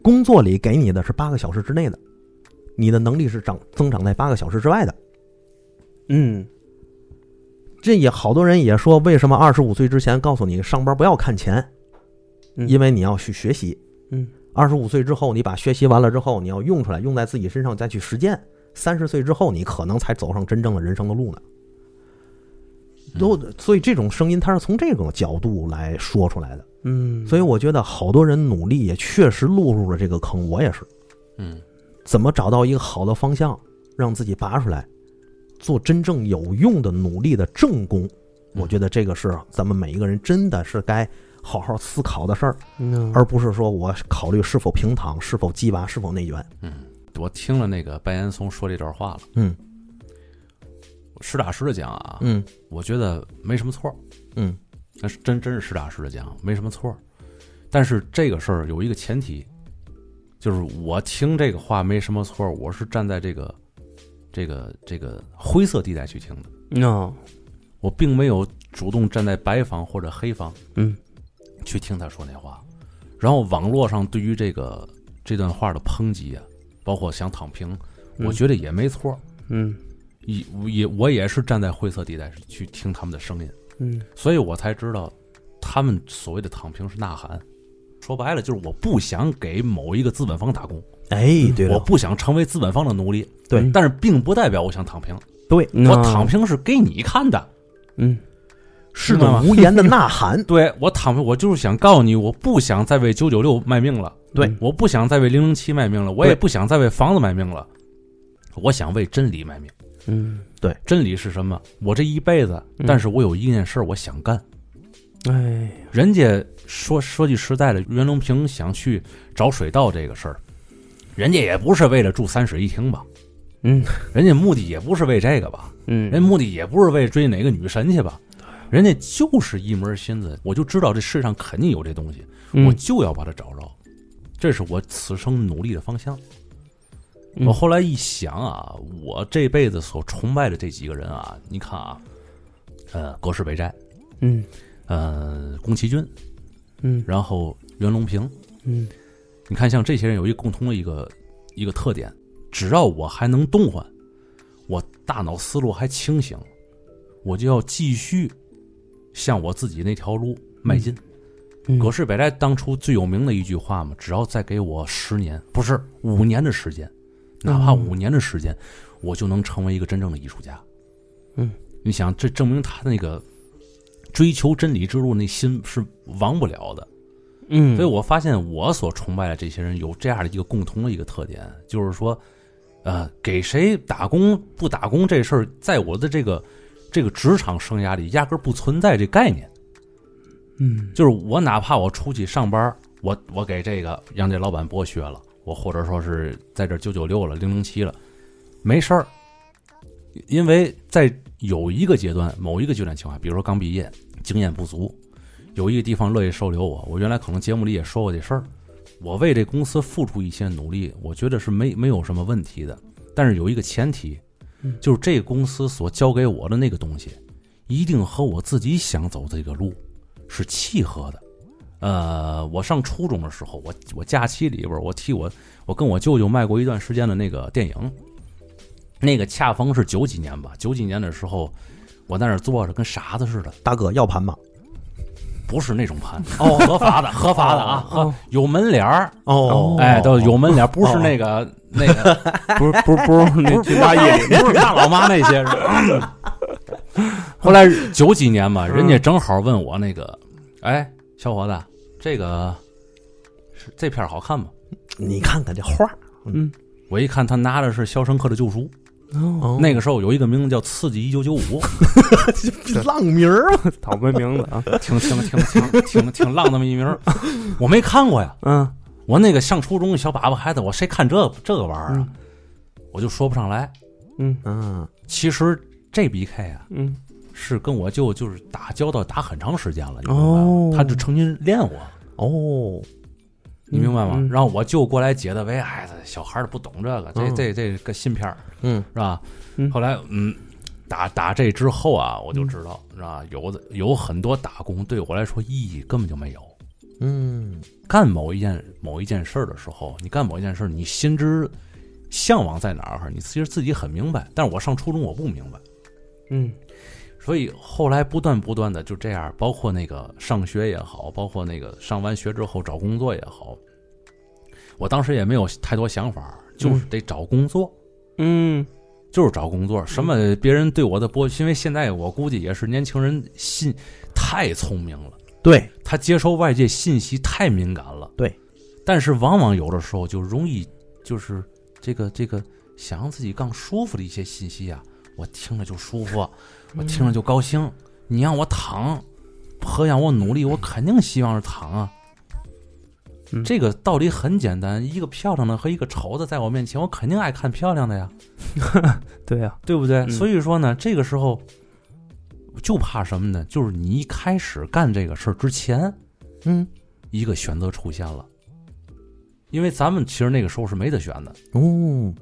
S4: 工作里给你的是八个小时之内的，你的能力是长增长在八个小时之外的。
S3: 嗯
S4: 这也好多人也说，为什么二十五岁之前告诉你上班不要看钱，
S3: 嗯
S4: 因为你要去学习。
S3: 嗯，
S4: 二十五岁之后，你把学习完了之后，你要用出来，用在自己身上再去实践。三十岁之后，你可能才走上真正的人生的路呢。都，所以这种声音它是从这种角度来说出来的。
S3: 嗯，
S4: 所以我觉得好多人努力也确实落入了这个坑，我也是。
S2: 嗯
S4: 怎么找到一个好的方向，让自己拔出来，做真正有用的努力的正功，
S2: 嗯
S4: 我觉得这个是咱们每一个人真的是该好好思考的事儿，
S3: 嗯
S4: 而不是说我考虑是否平躺、是否鸡娃、是否内卷。
S2: 嗯，我听了那个白岩松说这段话了，
S4: 嗯
S2: 实打实的讲啊，
S4: 嗯
S2: 我觉得没什么错儿，
S4: 嗯
S2: 那是真真是实打实的讲，没什么错儿。但是这个事儿有一个前提，就是我听这个话没什么错，我是站在这个这个这个灰色地带去听的，
S3: no，
S2: 我并没有主动站在白方或者黑方
S3: 嗯
S2: 去听他说那话。然后网络上对于这个这段话的抨击啊，包括想躺平，
S3: 嗯
S2: 我觉得也没错，
S3: 嗯
S2: 也也我也是站在灰色地带去听他们的声音。
S3: 嗯
S2: 所以我才知道，他们所谓的躺平是呐喊。说白了，就是我不想给某一个资本方打工，
S4: 哎，对
S2: 我
S4: 了，
S2: 不想成为资本方的奴隶。
S4: 对
S2: 但是并不代表我想躺平。
S4: 对，
S3: No
S2: 我躺平是给你看的，
S3: 嗯
S4: 是
S2: 明白吗。
S4: 种无言的呐喊
S2: 对我躺平，我就是想告诉你，我不想再为九九六卖命了，嗯
S4: 对
S2: 我不想再为零零七卖命了，我也
S4: 对
S2: 不想再为房子卖命了，我想为真理卖命。
S3: 嗯，
S2: 真理是什么？我这一辈子，
S3: 嗯
S2: 但是我有一件事儿我想干，
S3: 哎，
S2: 人家说说句实在的，袁隆平想去找水稻这个事儿，人家也不是为了住三室一厅吧？
S3: 嗯
S2: 人家目的也不是为这个吧？
S3: 嗯，
S2: 人家目的也不是为追哪个女神去吧？人家就是一门心思，我就知道这世上肯定有这东西，
S3: 嗯
S2: 我就要把它找着，这是我此生努力的方向。
S3: 嗯
S2: 我后来一想啊，我这辈子所崇拜的这几个人啊，你看啊，呃，葛饰北斋，
S3: 嗯
S2: 呃，宫崎骏，
S3: 嗯
S2: 然后袁隆平，
S3: 嗯
S2: 你看，像这些人有一个共通的一个一个特点，只要我还能动换，我大脑思路还清醒，我就要继续向我自己那条路迈进。
S3: 嗯
S2: 葛饰北斋当初最有名的一句话嘛，只要再给我十年，不是五年的时间，哪怕
S3: 嗯
S2: 五年的时间，我就能成为一个真正的艺术家。
S3: 嗯，
S2: 你想，这证明他那个追求真理之路那心是亡不了的。
S3: 嗯，
S2: 所 以我发现我所崇拜的这些人有这样的一个共同的一个特点，就是说，呃，给谁打工不打工这事儿，在我的这个这个职场生涯里压根儿不存在这概念。
S3: 嗯
S2: 就是我哪怕我出去上班儿，我我给这个让这老板剥削了，我或者说是在这九九六了零零七了，没事儿，因为在有一个阶段某一个阶段情况下，比如说刚毕业经验不足，有一个地方乐意收留我，我原来可能节目里也说过这事儿，我为这公司付出一些努力，我觉得是没没有什么问题的，但是有一个前提
S3: 嗯，
S2: 就是这个公司所交给我的那个东西，一定和我自己想走这个路是契合的。呃，我上初中的时候，我我假期里边儿，我替我我跟我舅舅卖过一段时间的那个电影，那个恰逢是九几年吧，九几年的时候，我在那儿坐着跟傻子似的，
S4: 大哥要盘吗？
S2: 不是那种盘，哦，合法的，合法的啊，合有门帘儿，
S4: 哦
S2: 哎，都有门帘儿，不是那个那个
S3: 不是不是不是那军大衣里，
S2: 不是大老妈那些是吧。后来九几年嘛，人家正好问我那个，哎，小伙子，这个是这片儿好看吗？
S4: 你看看这画儿，
S3: 嗯，
S2: 我一看他拿的是《肖申克的救赎》，
S3: 哦，
S2: 那个时候有一个名字叫《刺激一九九五》，
S4: 浪名儿嘛
S3: 草莓名字啊，
S2: 挺挺挺挺挺挺浪那么一名儿，我没看过呀。
S3: 嗯
S2: 我那个上初中小粑粑孩子，我谁看这这个玩意儿啊？我就说不上来。
S3: 嗯
S4: 嗯，
S2: 其实这 BK 啊，
S3: 嗯
S2: 是跟我舅就是打交道打很长时间了，你明白吗？
S3: 哦
S2: 他就成心练我，
S4: 哦，
S2: 你明白吗？
S3: 嗯嗯
S2: 然后我舅过来解的围，哎，这小孩儿不懂这个，这
S4: 嗯
S2: 这这个芯片儿
S4: 嗯，
S2: 是吧？
S3: 嗯
S2: 后来嗯，打打这之后啊，我就知道是吧？有的有很多打工对我来说意义根本就没有。
S4: 嗯，
S2: 干某一件某一件事儿的时候，你干某一件事儿，你心之向往在哪儿，你其实自己很明白。但是我上初中我不明白。
S3: 嗯
S2: 所以后来不断不断的就这样，包括那个上学也好，包括那个上完学之后找工作也好，我当时也没有太多想法，就是得找工作，
S3: 嗯
S2: 就是找工作。什么别人对我的剥削，因为现在我估计也是年轻人信太聪明了，
S4: 对，
S2: 他接收外界信息太敏感了。
S4: 对，
S2: 但是往往有的时候就容易就是这个这个想让自己更舒服的一些信息啊，我听着就舒服，我听着就高兴。你让我躺，和让我努力，我肯定希望是躺啊。
S3: 嗯
S2: 这个道理很简单，一个漂亮的和一个丑的在我面前，我肯定爱看漂亮的呀，
S3: 对呀，
S2: 对不对？
S3: 嗯
S2: 所以说呢，这个时候就怕什么呢？就是你一开始干这个事儿之前，
S4: 嗯，
S2: 一个选择出现了，因为咱们其实那个时候是没得选的，
S4: 哦，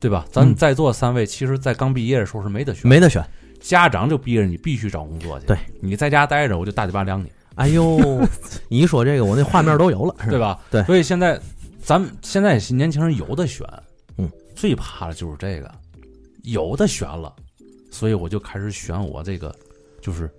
S2: 对吧？咱
S4: 嗯
S2: 在座三位，其实，在刚毕业的时候是没得选，
S4: 没得选。
S2: 家长就逼着你必须找工作去。
S4: 嗯对，
S2: 你在家待着，我就大嘴巴凉你，
S4: 哎 呦，你一说这个，我那画面都有了，是
S2: 对
S4: 吧？
S2: 吧？
S4: 对
S2: 所以现在咱们现在年轻人有的选，
S4: 嗯，
S2: 最怕的就是这个，有的选了，所以我就开始选我这个，就是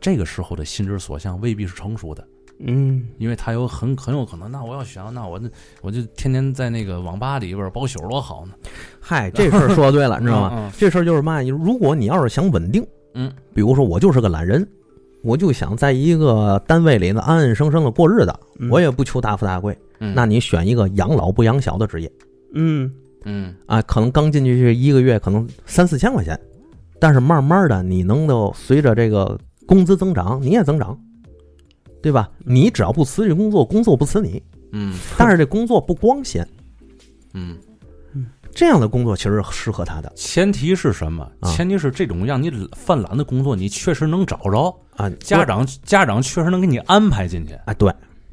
S2: 这个时候的心之所向未必是成熟的。
S3: 嗯，
S2: 因为他有很很有可能，那我要选，那我就我就天天在那个网吧里边包宿多好呢，
S4: 嗨，这事儿说对 了，你知道吗？
S2: 嗯？
S4: 这事儿就是嘛，如果你要是想稳定，
S2: 嗯，
S4: 比如说我就是个懒人，我就想在一个单位里呢安安生生的过日子，
S3: 嗯
S4: 我也不求大富大贵。
S2: 嗯
S4: 那你选一个养老不养小的职业
S3: 嗯
S2: 嗯
S4: 啊，可能刚进去是一个月可能三四千块钱，但是慢慢的你能够随着这个工资增长，你也增长，对吧？你只要不辞这工作，工作不辞你，
S2: 嗯
S4: 但是这工作不光鲜，
S2: 嗯，
S4: 这样的工作其实是适合他的
S2: 前提是什么？
S4: 啊
S2: 前提是这种让你犯懒的工作，你确实能找着
S4: 啊。
S2: 家长，家长确实能给你安排进去。
S4: 啊，对，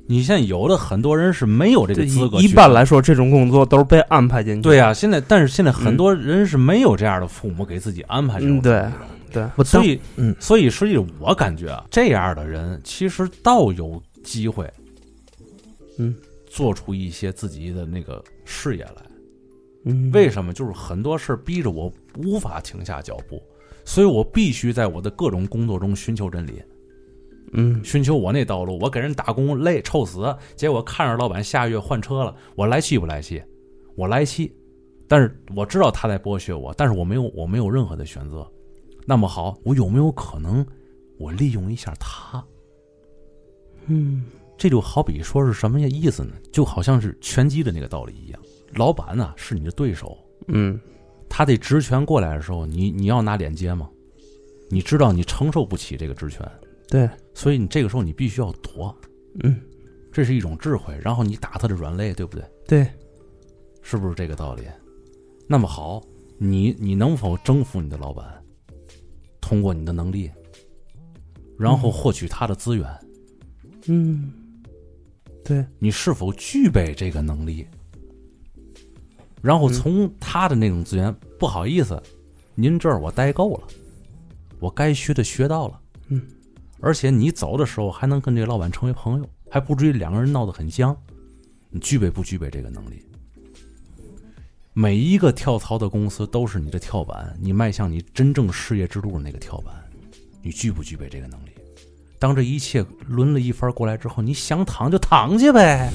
S2: 你现在有的很多人是没有这个资格
S3: 一
S2: 去，
S3: 一般来说，这种工作都是被安排进去。
S2: 对呀、现在但是现在很多人是没有这样的父母给自己安排这种
S3: 嗯，对对，
S4: 我
S2: 所
S4: 当
S2: 以，
S4: 嗯
S2: 所以实际我感觉啊，这样的人其实倒有机会，
S3: 嗯，
S2: 做出一些自己的那个事业来。
S3: 嗯，
S2: 为什么？就是很多事儿逼着我无法停下脚步，所以我必须在我的各种工作中寻求真理，
S3: 嗯
S2: 寻求我那道路。我给人打工累臭死，结果看着老板下月换车了，我来气不来气？我来气，但是我知道他在剥削我，但是我没有我没有任何的选择。那么好，我有没有可能我利用一下他？
S3: 嗯
S2: 这就好比说是什么意思呢？就好像是拳击的那个道理一样，老板呢、是你的对手，
S3: 嗯
S2: 他得直拳过来的时候，你你要拿脸接吗？你知道你承受不起这个直拳，
S3: 对
S2: 所以你这个时候你必须要躲，
S3: 嗯
S2: 这是一种智慧。然后你打他的软肋，对不对？
S3: 对
S2: 是不是这个道理？那么好，你你能否征服你的老板？通过你的能力，然后获取他的资源，
S3: 嗯对
S2: 你是否具备这个能力？然后从他的那种资源，不好意思，您这儿我待够了，我该学的学到了，
S3: 嗯，
S2: 而且你走的时候还能跟这个老板成为朋友，还不至于两个人闹得很僵。你具备不具备这个能力？每一个跳槽的公司都是你的跳板，你迈向你真正事业之路的那个跳板，你具不具备这个能力？当这一切抡了一番过来之后，你想躺就躺去 呗，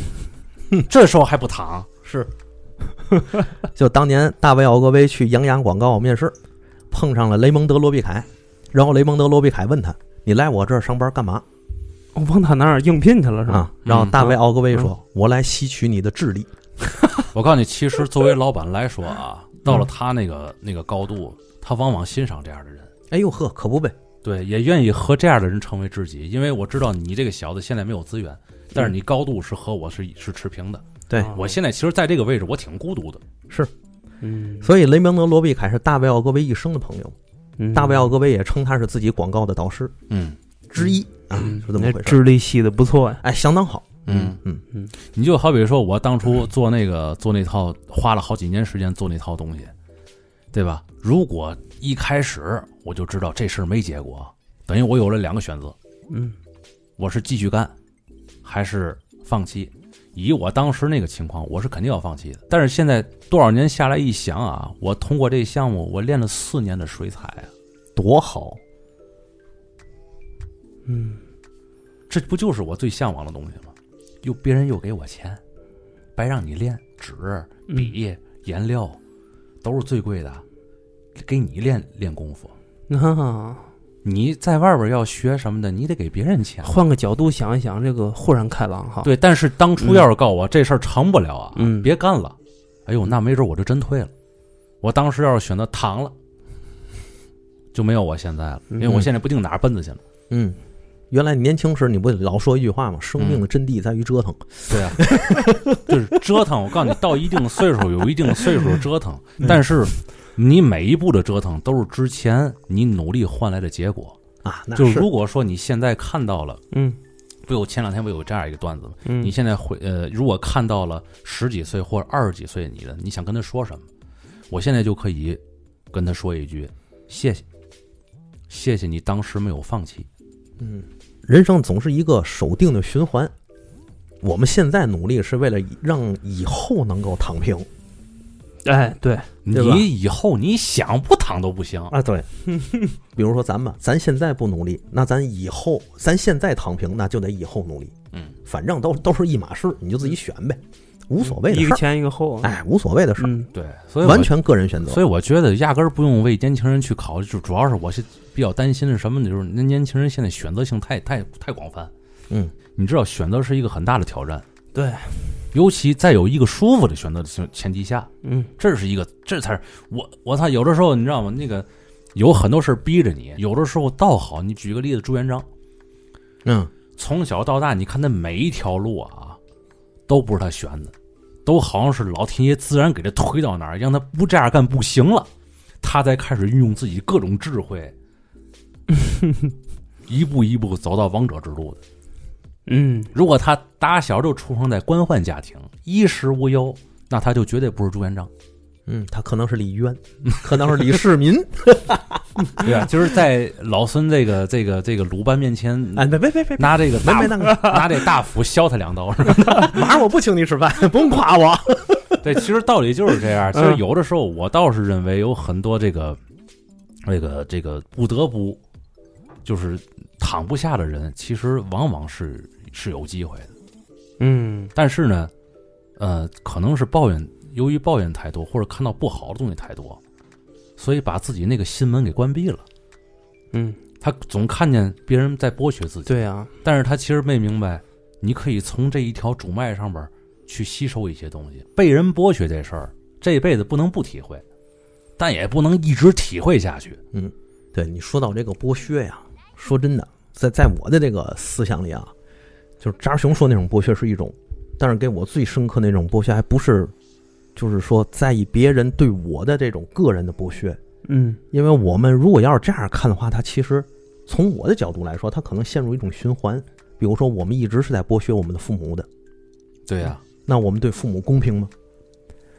S2: 这时候还不躺，
S4: 是，就当年大卫奥格威去杨洋广告面试，碰上了雷蒙德罗比凯，然后雷蒙德罗比凯问他：“你来我这儿上班干嘛
S3: 我往他那儿应聘去了是吧？
S4: 啊？”然后大卫奥格威说：“我来吸取你的智力。
S2: 我告诉你，其实作为老板来说啊，到了他那个那个高度，他往往欣赏这样的人，”
S4: 哎呦呵，可不呗！
S2: 对，也愿意和这样的人成为知己，因为我知道你这个小子现在没有资源，但是你高度是和我是是持平的。
S4: 对
S3: 啊
S2: 我现在其实在这个位置，我挺孤独的。
S3: 嗯，
S4: 所以雷蒙德罗比凯是大卫奥格威一生的朋友，
S3: 嗯
S4: 大卫奥格威也称他是自己广告的导师
S2: 嗯
S4: 之一啊，
S3: 嗯
S4: 是这么
S3: 那
S4: 回事儿。
S3: 智力吸的不错呀。
S4: 哎，相当好。
S2: 嗯
S4: 嗯
S3: 嗯，
S2: 你就好比说我当初做那个做那套，花了好几年时间做那套东西，对吧？如果一开始我就知道这事儿没结果，等于我有了两个选择，
S3: 嗯
S2: 我是继续干，还是放弃？以我当时那个情况，我是肯定要放弃的。但是现在多少年下来一想啊，我通过这个项目，我练了四年的水彩啊，
S4: 多好！
S3: 嗯
S2: 这不就是我最向往的东西吗？又别人又给我钱，白让你练纸、
S3: 嗯
S2: 笔、颜料，都是最贵的，给你练练功夫。
S3: 啊，
S2: 你在外边要学什么的，你得给别人钱。
S3: 换个角度想一想，这个豁然开朗哈。，
S2: 对，但是当初要是告我、这事儿成不了啊，
S3: 嗯
S2: 别干了。哎呦，那没准我就真退了。我当时要是选择躺了，就没有我现在了，因为我
S4: 嗯
S2: 现在不定哪儿奔着去了。
S4: 嗯，原来年轻时你不老说一句话吗？生命的真谛在于折腾。
S2: 对啊，就是折腾。我告诉你，到一定岁数有一定岁数的折腾， 但是你每一步的折腾都是之前你努力换来的结果。
S4: 啊，那
S2: 就是如果说你现在看到了
S3: 嗯
S2: 不有前两天不有这样一个段子吗？
S3: 嗯，
S2: 你现在回呃，如果看到了十几岁或者二十几岁你的，你想跟他说什么？我现在就可以跟他说一句：谢谢，谢谢你当时没有放弃。
S4: 嗯，人生总是一个守定的循环。我们现在努力是为了以让以后能够躺平
S3: 哎，对，
S4: 对吧
S2: 你以后你想不躺都不行。
S4: 啊，对。 比如说咱们，咱现在不努力，那咱以后，咱现在躺平，那就得以后努力。
S2: 嗯，
S4: 反正都都是一码事，你就自己选呗，无所谓的
S3: 一
S4: 事
S3: 个
S4: 儿。
S3: 前一个后，啊
S4: 哎，无所谓的事儿，
S3: 嗯，
S2: 对，所以我
S4: 完。全个人选择
S2: 所。以我觉得压根儿不用为年轻人去考虑，就主要是我是比较担心是什么呢？就是那年轻人现在选择性太太太广泛，
S4: 嗯，
S2: 你知道选择是一个很大的挑战，
S3: 对，
S2: 尤其在有一个舒服的选择的前前提下，
S3: 嗯，
S2: 这是一个，这才是我我操！有的时候你知道吗？那个有很多事儿逼着你，有的时候倒好。你举个例子，朱元璋
S4: 嗯，
S2: 从小到大，你看他每一条路啊，都不是他选的，都好像是老天爷自然给他推到哪儿，让他不这样干不行了，他才开始运用自己各种智慧，一步一步走到王者之路的。
S3: 嗯，
S2: 如果他打小就出生在官宦家庭，衣食无忧，那他就绝对不是朱元璋。
S4: 嗯，他可能是李渊，可能是李世民。
S2: 对啊，就是在老孙这个这个这个鲁班面前，
S4: 哎，别别别别，
S2: 拿这个
S4: 没
S2: 大
S4: 没那个，
S2: 拿这大斧削他两刀。是吧
S4: 马上我不请你吃饭， 不用夸我。
S2: 对，其实道理就是这样。其
S4: 嗯
S2: 实有的时候，我倒是认为有很多这个这个这个不得不就是躺不下的人，其实往往是是有机会的。
S3: 嗯，
S2: 但是呢，呃，可能是抱怨，由于抱怨太多，或者看到不好的东西太多，所以把自己那个心门给关闭了。
S3: 嗯，
S2: 他总看见别人在剥削自己。
S3: 对啊，
S2: 但是他其实没明白，你可以从这一条主脉上边儿去吸收一些东西。被人剥削这事儿，这辈子不能不体会，但也不能一直体会下去。
S4: 对你说到这个剥削呀，说真的，在在我的这个思想里啊，就是扎熊说那种剥削是一种，但是给我最深刻那种剥削还不是，就是说在意别人对我的这种个人的剥削，
S3: 嗯，
S4: 因为我们如果要是这样看的话，它其实从我的角度来说，它可能陷入一种循环。比如说，我们一直是在剥削我们的父母的，
S2: 对呀、
S4: 那我们对父母公平吗？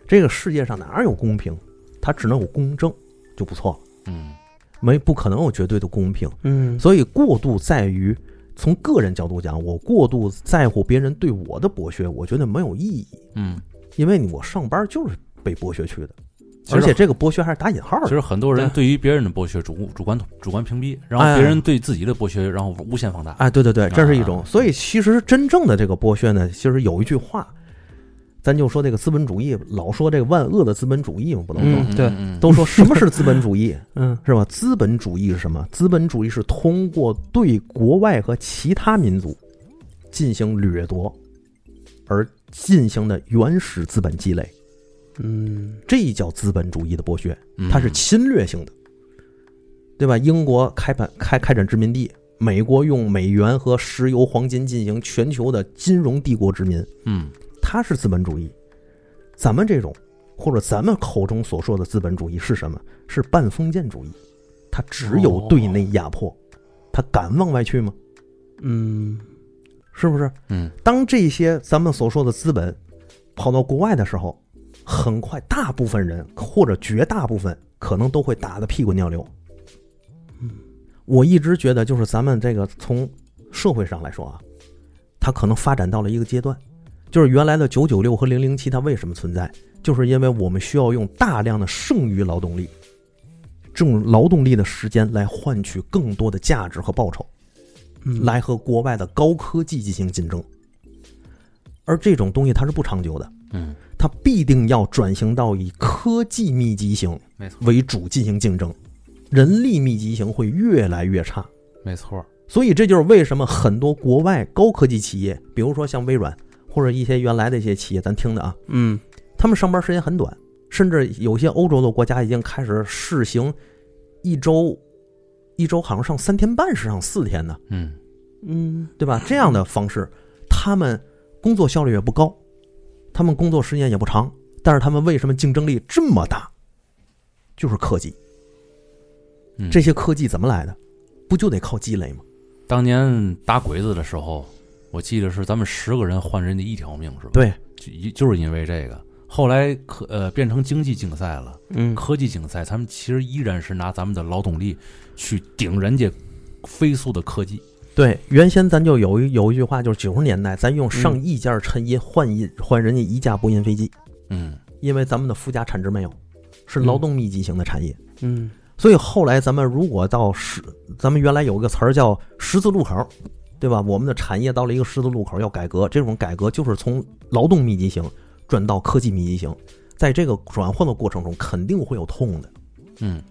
S4: 这个世界上哪有公平？它只能有公正，就不错了，
S2: 嗯，
S4: 没不可能有绝对的公平。
S3: 嗯，
S4: 所以过度在于从个人角度讲，我过度在乎别人对我的剥削，我觉得没有意义，
S2: 嗯，
S4: 因为你我上班就是被剥削去的，
S2: 其实
S4: 而且这个剥削还是打引号
S2: 其
S4: 的。
S2: 实很多人对于别人的剥削主主观主观屏蔽，然后别人对自己的剥削，然后无限放大。
S4: 哎，对对对，这是一
S2: 啊
S4: 种。所以其实真正的这个剥削呢，其实有一句话，咱就说这个资本主义，老说这个万恶的资本主义嘛，不能说、
S3: 嗯对
S2: 嗯
S4: 都说什么是资本主义，
S3: 嗯，
S4: 是吧？资本主义是什么？资本主义是通过对国外和其他民族进行掠夺而进行的原始资本积累，
S3: 嗯，
S4: 这叫资本主义的剥削，
S2: 嗯
S4: 它是侵略性的，对吧？英国开办开开展殖民地，美国用美元和石油、黄金进行全球的金融帝国殖民，
S2: 嗯
S4: 它是资本主义。咱们这种，或者咱们口中所说的资本主义是什么？是半封建主义，它只有对内压迫，它敢往外去吗？
S3: 嗯，
S4: 是不是？
S2: 嗯
S4: 当这些咱们所说的资本跑到国外的时候，很快大部分人或者绝大部分可能都会打得屁滚尿流。嗯我一直觉得，就是咱们这个从社会上来说啊，它可能发展到了一个阶段，就是原来的九九六和零零七，它为什么存在？就是因为我们需要用大量的剩余劳动力，这种劳动力的时间来换取更多的价值和报酬。
S3: 嗯，
S4: 来和国外的高科技进行竞争，而这种东西它是不长久的，
S2: 嗯，
S4: 它必定要转型到以科技密集型
S2: 没错
S4: 为主进行竞争，人力密集型会越来越差。
S2: 没错，
S4: 所以这就是为什么很多国外高科技企业，比如说像微软或者一些原来的一些企业，咱听的啊，
S3: 嗯，
S4: 他们上班时间很短，甚至有些欧洲的国家已经开始试行一周，一周好像上三天半，是上四天呢。
S2: 嗯
S3: 嗯，
S4: 对吧？这样的方式，他们工作效率也不高，他们工作时间也不长，但是他们为什么竞争力这么大？就是科技，
S2: 嗯
S4: 这些科技怎么来的？不就得靠积累吗？
S2: 当年打鬼子的时候，我记得是咱们十个人换人家一条命是吧？
S4: 对，
S2: 就一就是因为这个，后来科呃变成经济竞赛了，
S3: 嗯，
S2: 科技竞赛，他们其实依然是拿咱们的劳动力去顶人家飞速的科技。
S4: 对，原先咱就有一有一句话，就是九嗯十年代咱用上亿件衬衣换一、换人家一架波音飞机，
S2: 嗯，
S4: 因为咱们的附加产值没有，是劳动密集型的产业。
S3: 嗯
S4: 所以后来咱们如果到十，咱们原来有个词儿叫十字路口，对吧？我们的产业到了一个十字路口要改革，这种改革就是从劳动密集型转到科技密集型，在这个转换的过程中肯定会有痛的，
S2: 嗯，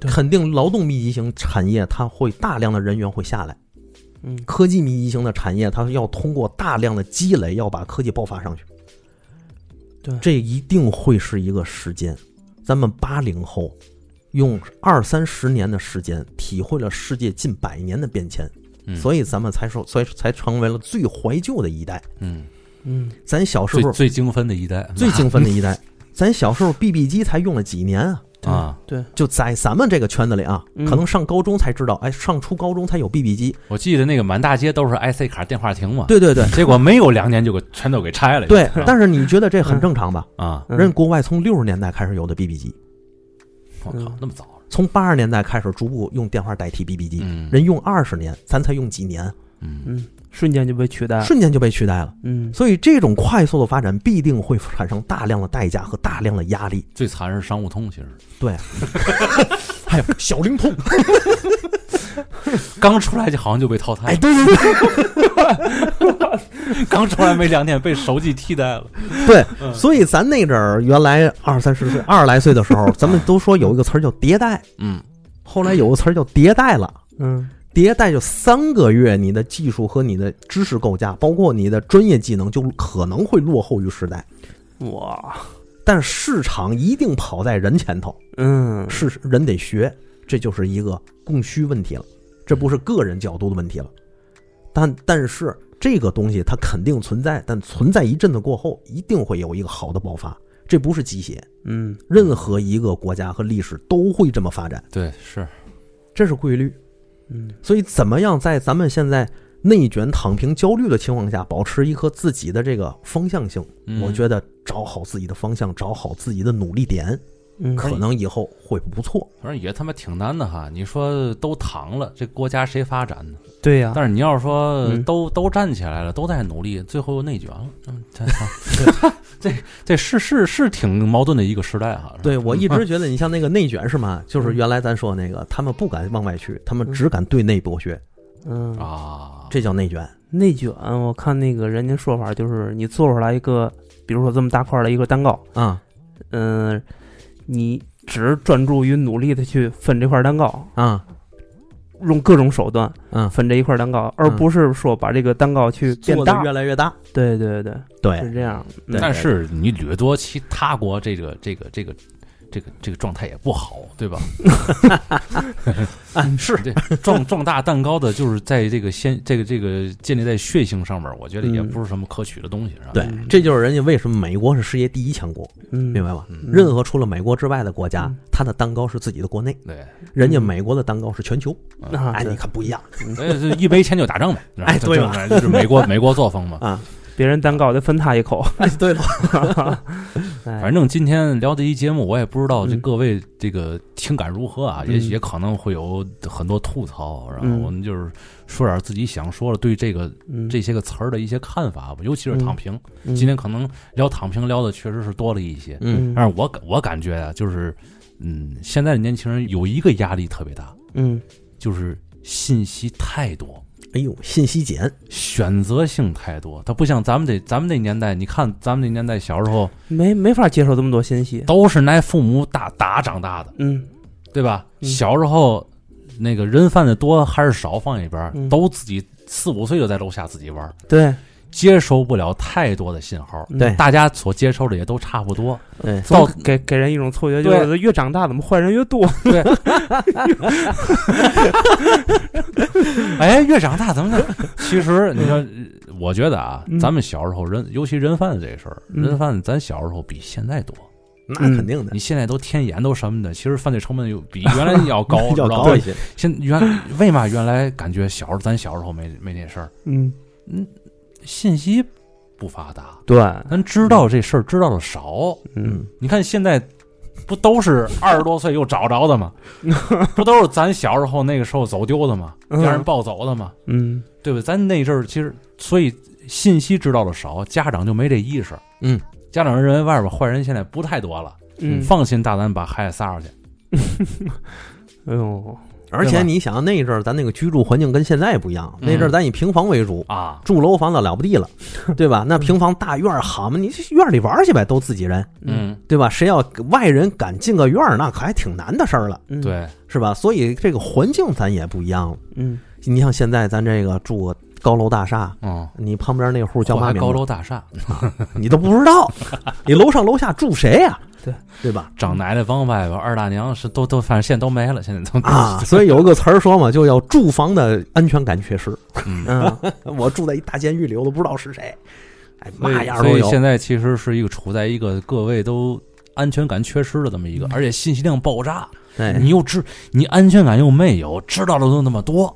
S3: 对
S4: 肯定劳动密集型产业它会大量的人员会下来，
S3: 嗯
S4: 科技密集型的产业它要通过大量的积累要把科技爆发上去，
S3: 对
S4: 这一定会是一个时间。咱们八零后用二三十年的时间，体会了世界近百年的变迁，
S2: 嗯
S4: 所以咱们才说，所以才成为了最怀旧的一代。
S2: 嗯，
S3: 嗯，
S4: 咱小时
S2: 最
S4: 候
S2: 最精分的一代，
S4: 最精 分的一代，咱小时候 BB 机才用了几年啊？
S2: 啊！
S3: 对，
S4: 就在咱们这个圈子里啊，
S3: 嗯
S4: 可能上高中才知道，哎，上初高中才有 BB 机。
S2: 我记得那个满大街都是 IC 卡电话亭嘛，
S4: 对对对
S2: 结果没有两年就给全都给拆了。
S4: 对
S2: 啊，
S4: 但是你觉得这很正常吧？
S2: 啊，
S3: 嗯
S4: 人国外从六十年代开始有的 BB 机，
S2: 我靠，那么早，啊
S4: 从八十年代开始逐步用电话代替 BB 机，
S2: 嗯，
S4: 人用二十年，咱才用几年，
S2: 嗯
S3: 嗯，瞬间就被取代了，
S4: 瞬间就被取代了。
S3: 嗯
S4: 所以这种快速的发展必定会产生大量的代价和大量的压力。
S2: 最惨是商务通，其实
S4: 对，还有小灵通，
S2: 刚出来就好像就被淘汰
S4: 哎，
S2: 了，
S4: 对对对
S2: 哎刚出来没两天被手机替代了。
S4: 对，所以咱那阵儿原来二三十岁、二十来岁的时候，咱们都说有一个词儿叫迭代，
S2: 嗯
S4: 后来有个词儿叫迭代了。
S3: 嗯
S4: 迭代就三个月，你的技术和你的知识构架，包括你的专业技能，就可能会落后于时代。
S3: 哇，
S4: 但市场一定跑在人前头，
S3: 嗯
S4: 是人得学，这就是一个供需问题了，这不是个人角度的问题了。但但是这个东西它肯定存在，但存在一阵子过后，一定会有一个好的爆发，这不是鸡血，
S3: 嗯
S4: 任何一个国家和历史都会这么发展，
S2: 对，是，
S4: 这是规律。
S3: 嗯
S4: 所以怎么样在咱们现在内卷、躺平、焦虑的情况下，保持一颗自己的这个方向性，
S2: 嗯
S4: 我觉得找好自己的方向，找好自己的努力点，
S3: 嗯，
S4: 可能以后会不错。
S2: 反正也他妈挺难的哈。你说都躺了，这国家谁发展呢？
S3: 对
S4: 啊
S3: 呀，
S2: 但是你要是说
S3: 嗯
S2: 都、都站起来了，都在努力，最后又内卷了，嗯， 这这这这是是是挺矛盾的一个时代哈。是吧
S4: 对我一直觉得你像那个内卷是嘛，就是原来咱说那个，他们不敢往外去，他们只敢对内剥削，
S3: 嗯
S2: 啊，
S4: 这叫内卷。
S3: 内卷，我看那个人家说法就是，你做出来一个，比如说这么大块儿的一个蛋糕，
S4: 啊
S3: 嗯、你只专注于努力的去分这块蛋糕，
S4: 啊
S3: 用各种手段
S4: 啊！
S3: 分这一块蛋糕，而不是说把这个蛋糕去变
S4: 做
S3: 大
S4: 的。越来越大，
S3: 对对对，是
S4: 对
S3: 这样。嗯
S4: 对
S2: 但是你掠夺其他国这个这个这个这个这个状态也不好，对吧？
S4: 啊 是
S2: 对，壮壮大蛋糕的就是在这个先这个这个建立在血腥上面，我觉得也
S3: 嗯
S2: 不是什么可取的东西，是吧？
S4: 对，这就是人家为什么美国是世界第一强国，
S3: 嗯，
S4: 明白吧？
S2: 嗯
S4: 任何除了美国之外的国家
S3: 嗯，
S4: 它的蛋糕是自己的国内，
S2: 对，
S4: 人家美国的蛋糕是全球。
S3: 啊，
S4: 哎，
S3: 对
S4: 你看不一样
S2: 所以就一没钱就打仗呗，是吧
S4: 哎对吧
S2: 就是就是美国美国作风嘛。
S4: 啊！
S3: 别人蛋糕得分他一口。
S4: 哎，对了，
S3: 哎
S2: 反正今天聊这一节目，我也不知道这
S3: 嗯
S2: 各位这个听感如何啊，也
S3: 嗯
S2: 也可能会有很多吐槽，然后
S3: 嗯
S2: 我们就是说点自己想说的，对这个
S3: 嗯，
S2: 这些个词儿的一些看法吧，尤其是躺平。
S3: 嗯
S2: 今天可能聊躺平聊的确实是多了一些，
S4: 嗯，
S2: 但是我感我感觉啊，就是嗯，现在的年轻人有一个压力特别大，
S3: 嗯
S2: 就是信息太多。
S4: 哎呦，信息茧，
S2: 选择性太多，它不像咱们这咱们那年代，你看咱们那年代小时候
S3: 没没法接受这么多信息。
S2: 都是挨父母打打长大的，
S3: 嗯
S2: 对吧？
S3: 嗯
S2: 小时候那个人贩子多还是少放一边儿，
S3: 嗯
S2: 都自己四五岁就在楼下自己玩儿，
S3: 对
S2: 接收不了太多的信号。
S3: 嗯
S4: 对哎
S2: 大家所接收的也都差不多，
S4: 对
S3: 总
S2: 到
S3: 给给人一种错觉，就
S2: 对
S3: 是越长大怎么坏人越多。
S2: 哎，越长大怎么着？ 其实你说，呃我觉得啊，
S3: 嗯
S2: 咱们小时候人，尤其人贩子这事儿，
S3: 嗯
S2: 人贩子咱小时候比现在多。
S4: 那
S3: 嗯
S4: 肯定的
S2: 你，现在都天眼都什么的，其实犯罪成本又 比原来要高
S4: ，要
S2: 知道
S4: 高
S2: 吗
S4: 一些。
S2: 现原为嘛原来感觉小时候咱小时候没没这事儿，
S3: 嗯
S2: 嗯，信息不发达，
S3: 对，
S2: 咱知道这事儿知道的少。
S3: 嗯，
S2: 你看现在不都是二十多岁又找着的吗？不都是咱小时候那个时候走丢的吗？
S3: 嗯
S2: 让人抱走的吗？
S3: 嗯，
S2: 对不对？咱那阵儿其实所以信息知道的少，家长就没这意识。
S4: 嗯，
S2: 家长认为外边坏人现在不太多了，
S3: 嗯，
S2: 放心大胆把孩子撒出去。
S3: 哎呦，
S4: 而且你想那阵儿咱那个居住环境跟现在不一
S2: 嗯
S4: 样，那阵儿咱以平房为主。
S2: 啊，
S4: 住楼房的了不地了，对吧？那平房大院儿好嘛，你去院儿里玩儿去呗，都自己人，
S2: 嗯，
S4: 对吧？谁要外人敢进个院儿，那可还挺难的事儿了，
S3: 嗯，
S2: 对，
S4: 是吧？所以这个环境咱也不一样了。
S3: 嗯，
S4: 你像现在咱这个住个高楼大厦，
S2: 嗯，
S4: 你旁边那户叫
S2: 我
S4: 嘛
S2: 还
S4: 名字
S2: 高楼大厦，
S4: 你都不 知道，你楼上楼下住谁呀、
S3: 对
S4: 对吧？
S2: 长奶奶帮外边，二大娘是都都，反正现在都没了，现在都
S4: 啊，所以有一个词儿说嘛，就叫住房的安全感缺失。
S3: 嗯，
S4: 我住在一大监狱里，我都不知道是谁，哎，
S2: 所
S4: 嘛
S2: 以
S4: 样儿
S2: 所
S4: 都
S2: 以
S4: 有。
S2: 现在其实是一个处在一个各位都安全感缺失的这么一个，而且信息量爆炸，
S4: 嗯哎，
S2: 你又知你安全感又没有，知道的都那么多，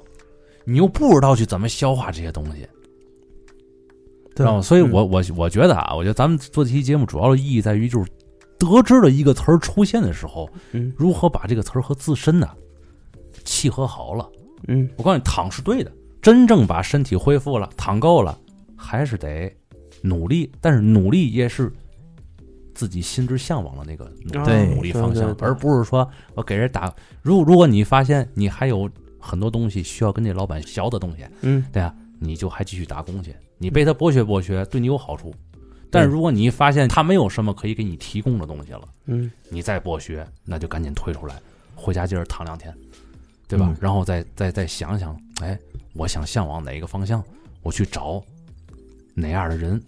S2: 你又不知道去怎么消化这些东西，知
S3: 对
S2: 道吗？
S4: 嗯
S2: 所以我我我觉得啊，我觉得咱们做这期节目主要的意义在于就是。得知了一个词儿出现的时候，
S3: 嗯
S2: 如何把这个词儿和自身呢契合好了？
S3: 嗯，
S2: 我告诉你，躺是对的，真正把身体恢复了，躺够了，还是得努力，但是努力也是自己心之向往的那个努
S3: 啊
S4: 对
S2: 努力方向
S3: 对，对
S2: 而不是说我给人打。如如果你发现你还有很多东西需要跟这老板学的东西，
S3: 嗯，
S2: 对啊，你就还继续打工去，啊你被他剥削剥削，对你有好处。但是如果你发现他没有什么可以给你提供的东西了，
S3: 嗯，
S2: 你再剥削，那就赶紧退出来，回家接着躺两天，对吧？
S4: 嗯
S2: 然后再再再想想，哎，我想向往哪一个方向，我去找哪样的人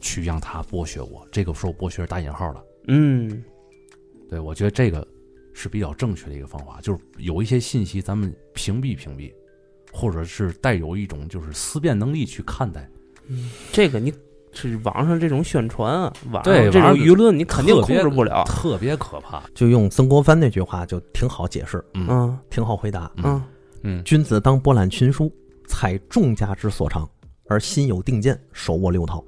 S2: 去让他剥削我。这个时候剥削是打引号了，
S3: 嗯，
S2: 对我觉得这个是比较正确的一个方法，就是有一些信息咱们屏蔽屏蔽，或者是带有一种就是思辨能力去看待，
S3: 这个你是网上这种宣传啊，网上
S2: 对
S3: 这
S2: 网
S3: 种
S2: 上
S3: 舆论，你肯定
S2: 特
S3: 控
S2: 别
S3: 制不了。
S2: 特别可怕。
S4: 就用曾国藩那句话就挺好解释，
S2: 嗯
S3: 嗯
S4: 挺好回答：
S3: 嗯，
S2: 嗯
S4: 君子当博览群书，采众家之所长，而心有定见，手握六韬。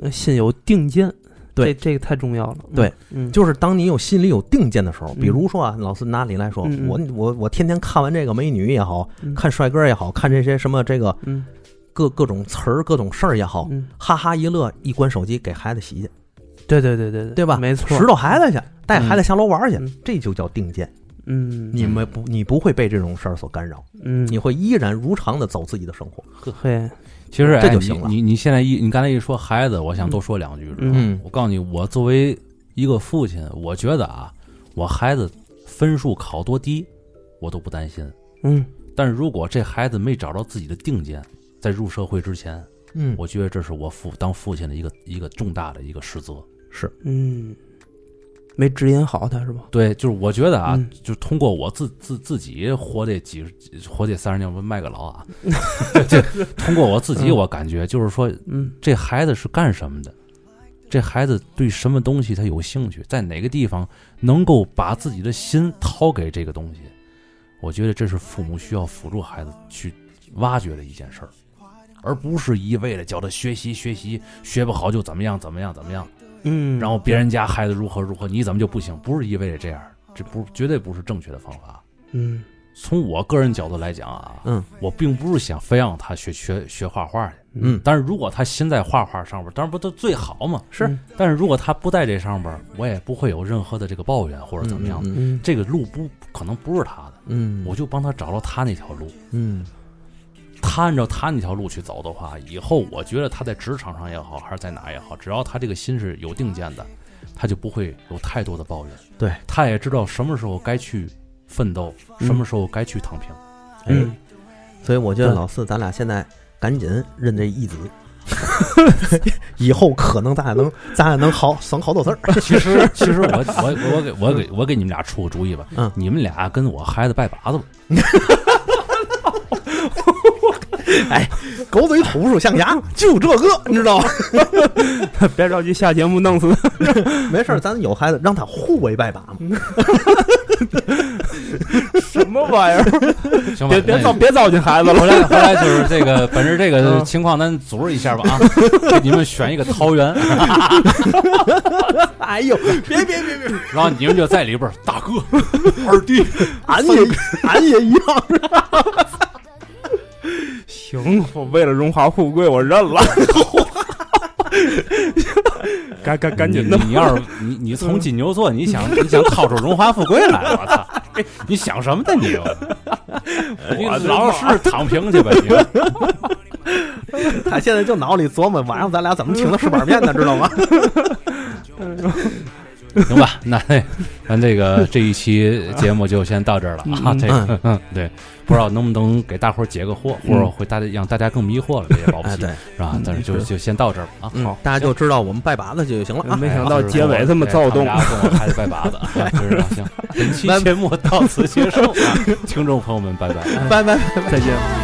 S3: 呃心有定见，
S4: 对
S3: 这这个太重要了。嗯
S4: 对，
S3: 嗯，
S4: 就是当你有心里有定见的时候，比如说啊，老师拿你来说，
S3: 嗯嗯
S4: 我我我天天看完这个美女也好
S3: 嗯
S4: 看帅哥也好看这些什么这个
S3: 嗯
S4: 各各种词儿、各种事儿也好，
S3: 嗯，
S4: 哈哈一乐，一关手机给孩子洗去，
S3: 对对对对
S4: 对吧？
S3: 没错，
S4: 拾掇孩子去，带孩子下楼玩去，
S3: 嗯
S4: 这就叫定见。
S3: 嗯，
S4: 你们不，你不会被这种事儿所干扰，
S3: 嗯，
S4: 你会依然如常的走自己的生活。
S3: 嘿，
S2: 其实
S4: 这
S2: 哎
S4: 就行了
S2: 你你你现在一你刚才一说孩子，我想多说两句。是吧
S4: 嗯
S2: 我告诉你，我作为一个父亲，我觉得啊，我孩子分数考多低，我都不担心。
S3: 嗯
S2: 但是如果这孩子没找到自己的定见，在入社会之前，
S4: 嗯，
S2: 我觉得这是我父当父亲的一个一个重大的一个失责。
S3: 嗯，没指引好他是吧？
S2: 对，就是我觉得啊，
S3: 嗯
S2: 就通过我自自自己活这几十活这三十年，我卖个老啊， 就通过我自己，
S3: 嗯
S2: 我感觉就是说，
S3: 嗯
S2: 这孩子是干什么的？这孩子对什么东西他有兴趣？在哪个地方能够把自己的心掏给这个东西？我觉得这是父母需要辅助孩子去挖掘的一件事儿，而不是一味的教他学习学习，学不好就怎么样怎么样怎么样，
S3: 嗯，
S2: 然后别人家孩子如何如何，你怎么就不行？不是一味的这样，这不绝对不是正确的方法。
S3: 嗯
S2: 从我个人角度来讲啊，
S4: 嗯，
S2: 我并不是想非让他学学学画画去，
S4: 嗯
S2: 但是如果他心在画画上边，当然不都最好嘛。
S4: 是
S3: 嗯
S2: 但是如果他不在这上边，我也不会有任何的这个抱怨或者怎么样的。
S4: 嗯
S3: 嗯
S2: 这个路不可能不是他的，
S4: 嗯，
S2: 我就帮他找到他那条路。
S4: 嗯
S2: 他按照他那条路去走的话，以后我觉得他在职场上也好，还是在哪也好，只要他这个心是有定见的，他就不会有太多的抱怨。
S4: 对，
S2: 他也知道什么时候该去奋斗，
S3: 嗯
S2: 什么时候该去躺平。
S3: 嗯，
S4: 所以我觉得
S3: 对
S4: 老四，咱俩现在赶紧认这义子。 以后可能咱俩能，咱俩能好省好多字儿。
S2: 其实，其实我我我给我给我给你们俩出个主意吧，
S4: 嗯
S2: 你们俩跟我孩子拜把子吧。
S4: 狗嘴吐不出象牙，就这个，你知道吗？
S3: 别着急下节目弄死他。嗯
S4: 没事儿，咱有孩子，让他互为拜把嘛。
S3: 什么玩意儿？
S2: 行吧
S3: 别，别
S2: 那
S3: 糟别糟践孩子 了。
S2: 回来回来就是这个，本着这个
S3: 嗯
S2: 情况，咱组织一下吧啊！给你们选一个桃园，
S4: 哎呦，
S3: 别别别别，
S2: 然后你们就在里边儿，大哥、二弟，
S4: 俺也俺也一样。
S3: 行，我为了荣华富贵，我认了。 赶赶赶紧
S2: 你
S3: 的，
S2: 你要是你你从金牛座，你想你想掏出荣华富贵来，我操！你想什么呢你？你
S3: 我的
S2: 老老实实躺平去吧你！
S4: 他现在就脑里琢磨晚上咱俩怎么请他吃板面呢，知道吗？
S2: 行吧，那咱这个这一期节目就先到这儿了啊。
S3: 嗯
S2: 这个嗯对，不知道能不能给大伙儿解个惑，或者会大家让大家更迷惑了，这也保不
S4: 嗯哎，
S2: 齐
S4: 对，
S2: 是吧？但是就就先到这儿吧啊。
S4: 嗯
S3: 好，嗯
S4: 大家就知道我们拜把子去就行了啊。
S3: 没想到结尾这么躁动
S2: 哎他们俩跟我孩子拜把 子，啊就是啊行。本期节目到此结束，啊听众朋友们，拜拜。
S4: 拜拜。
S3: 再
S5: 「君の声が聞こえる」
S3: 见。
S1: Uh,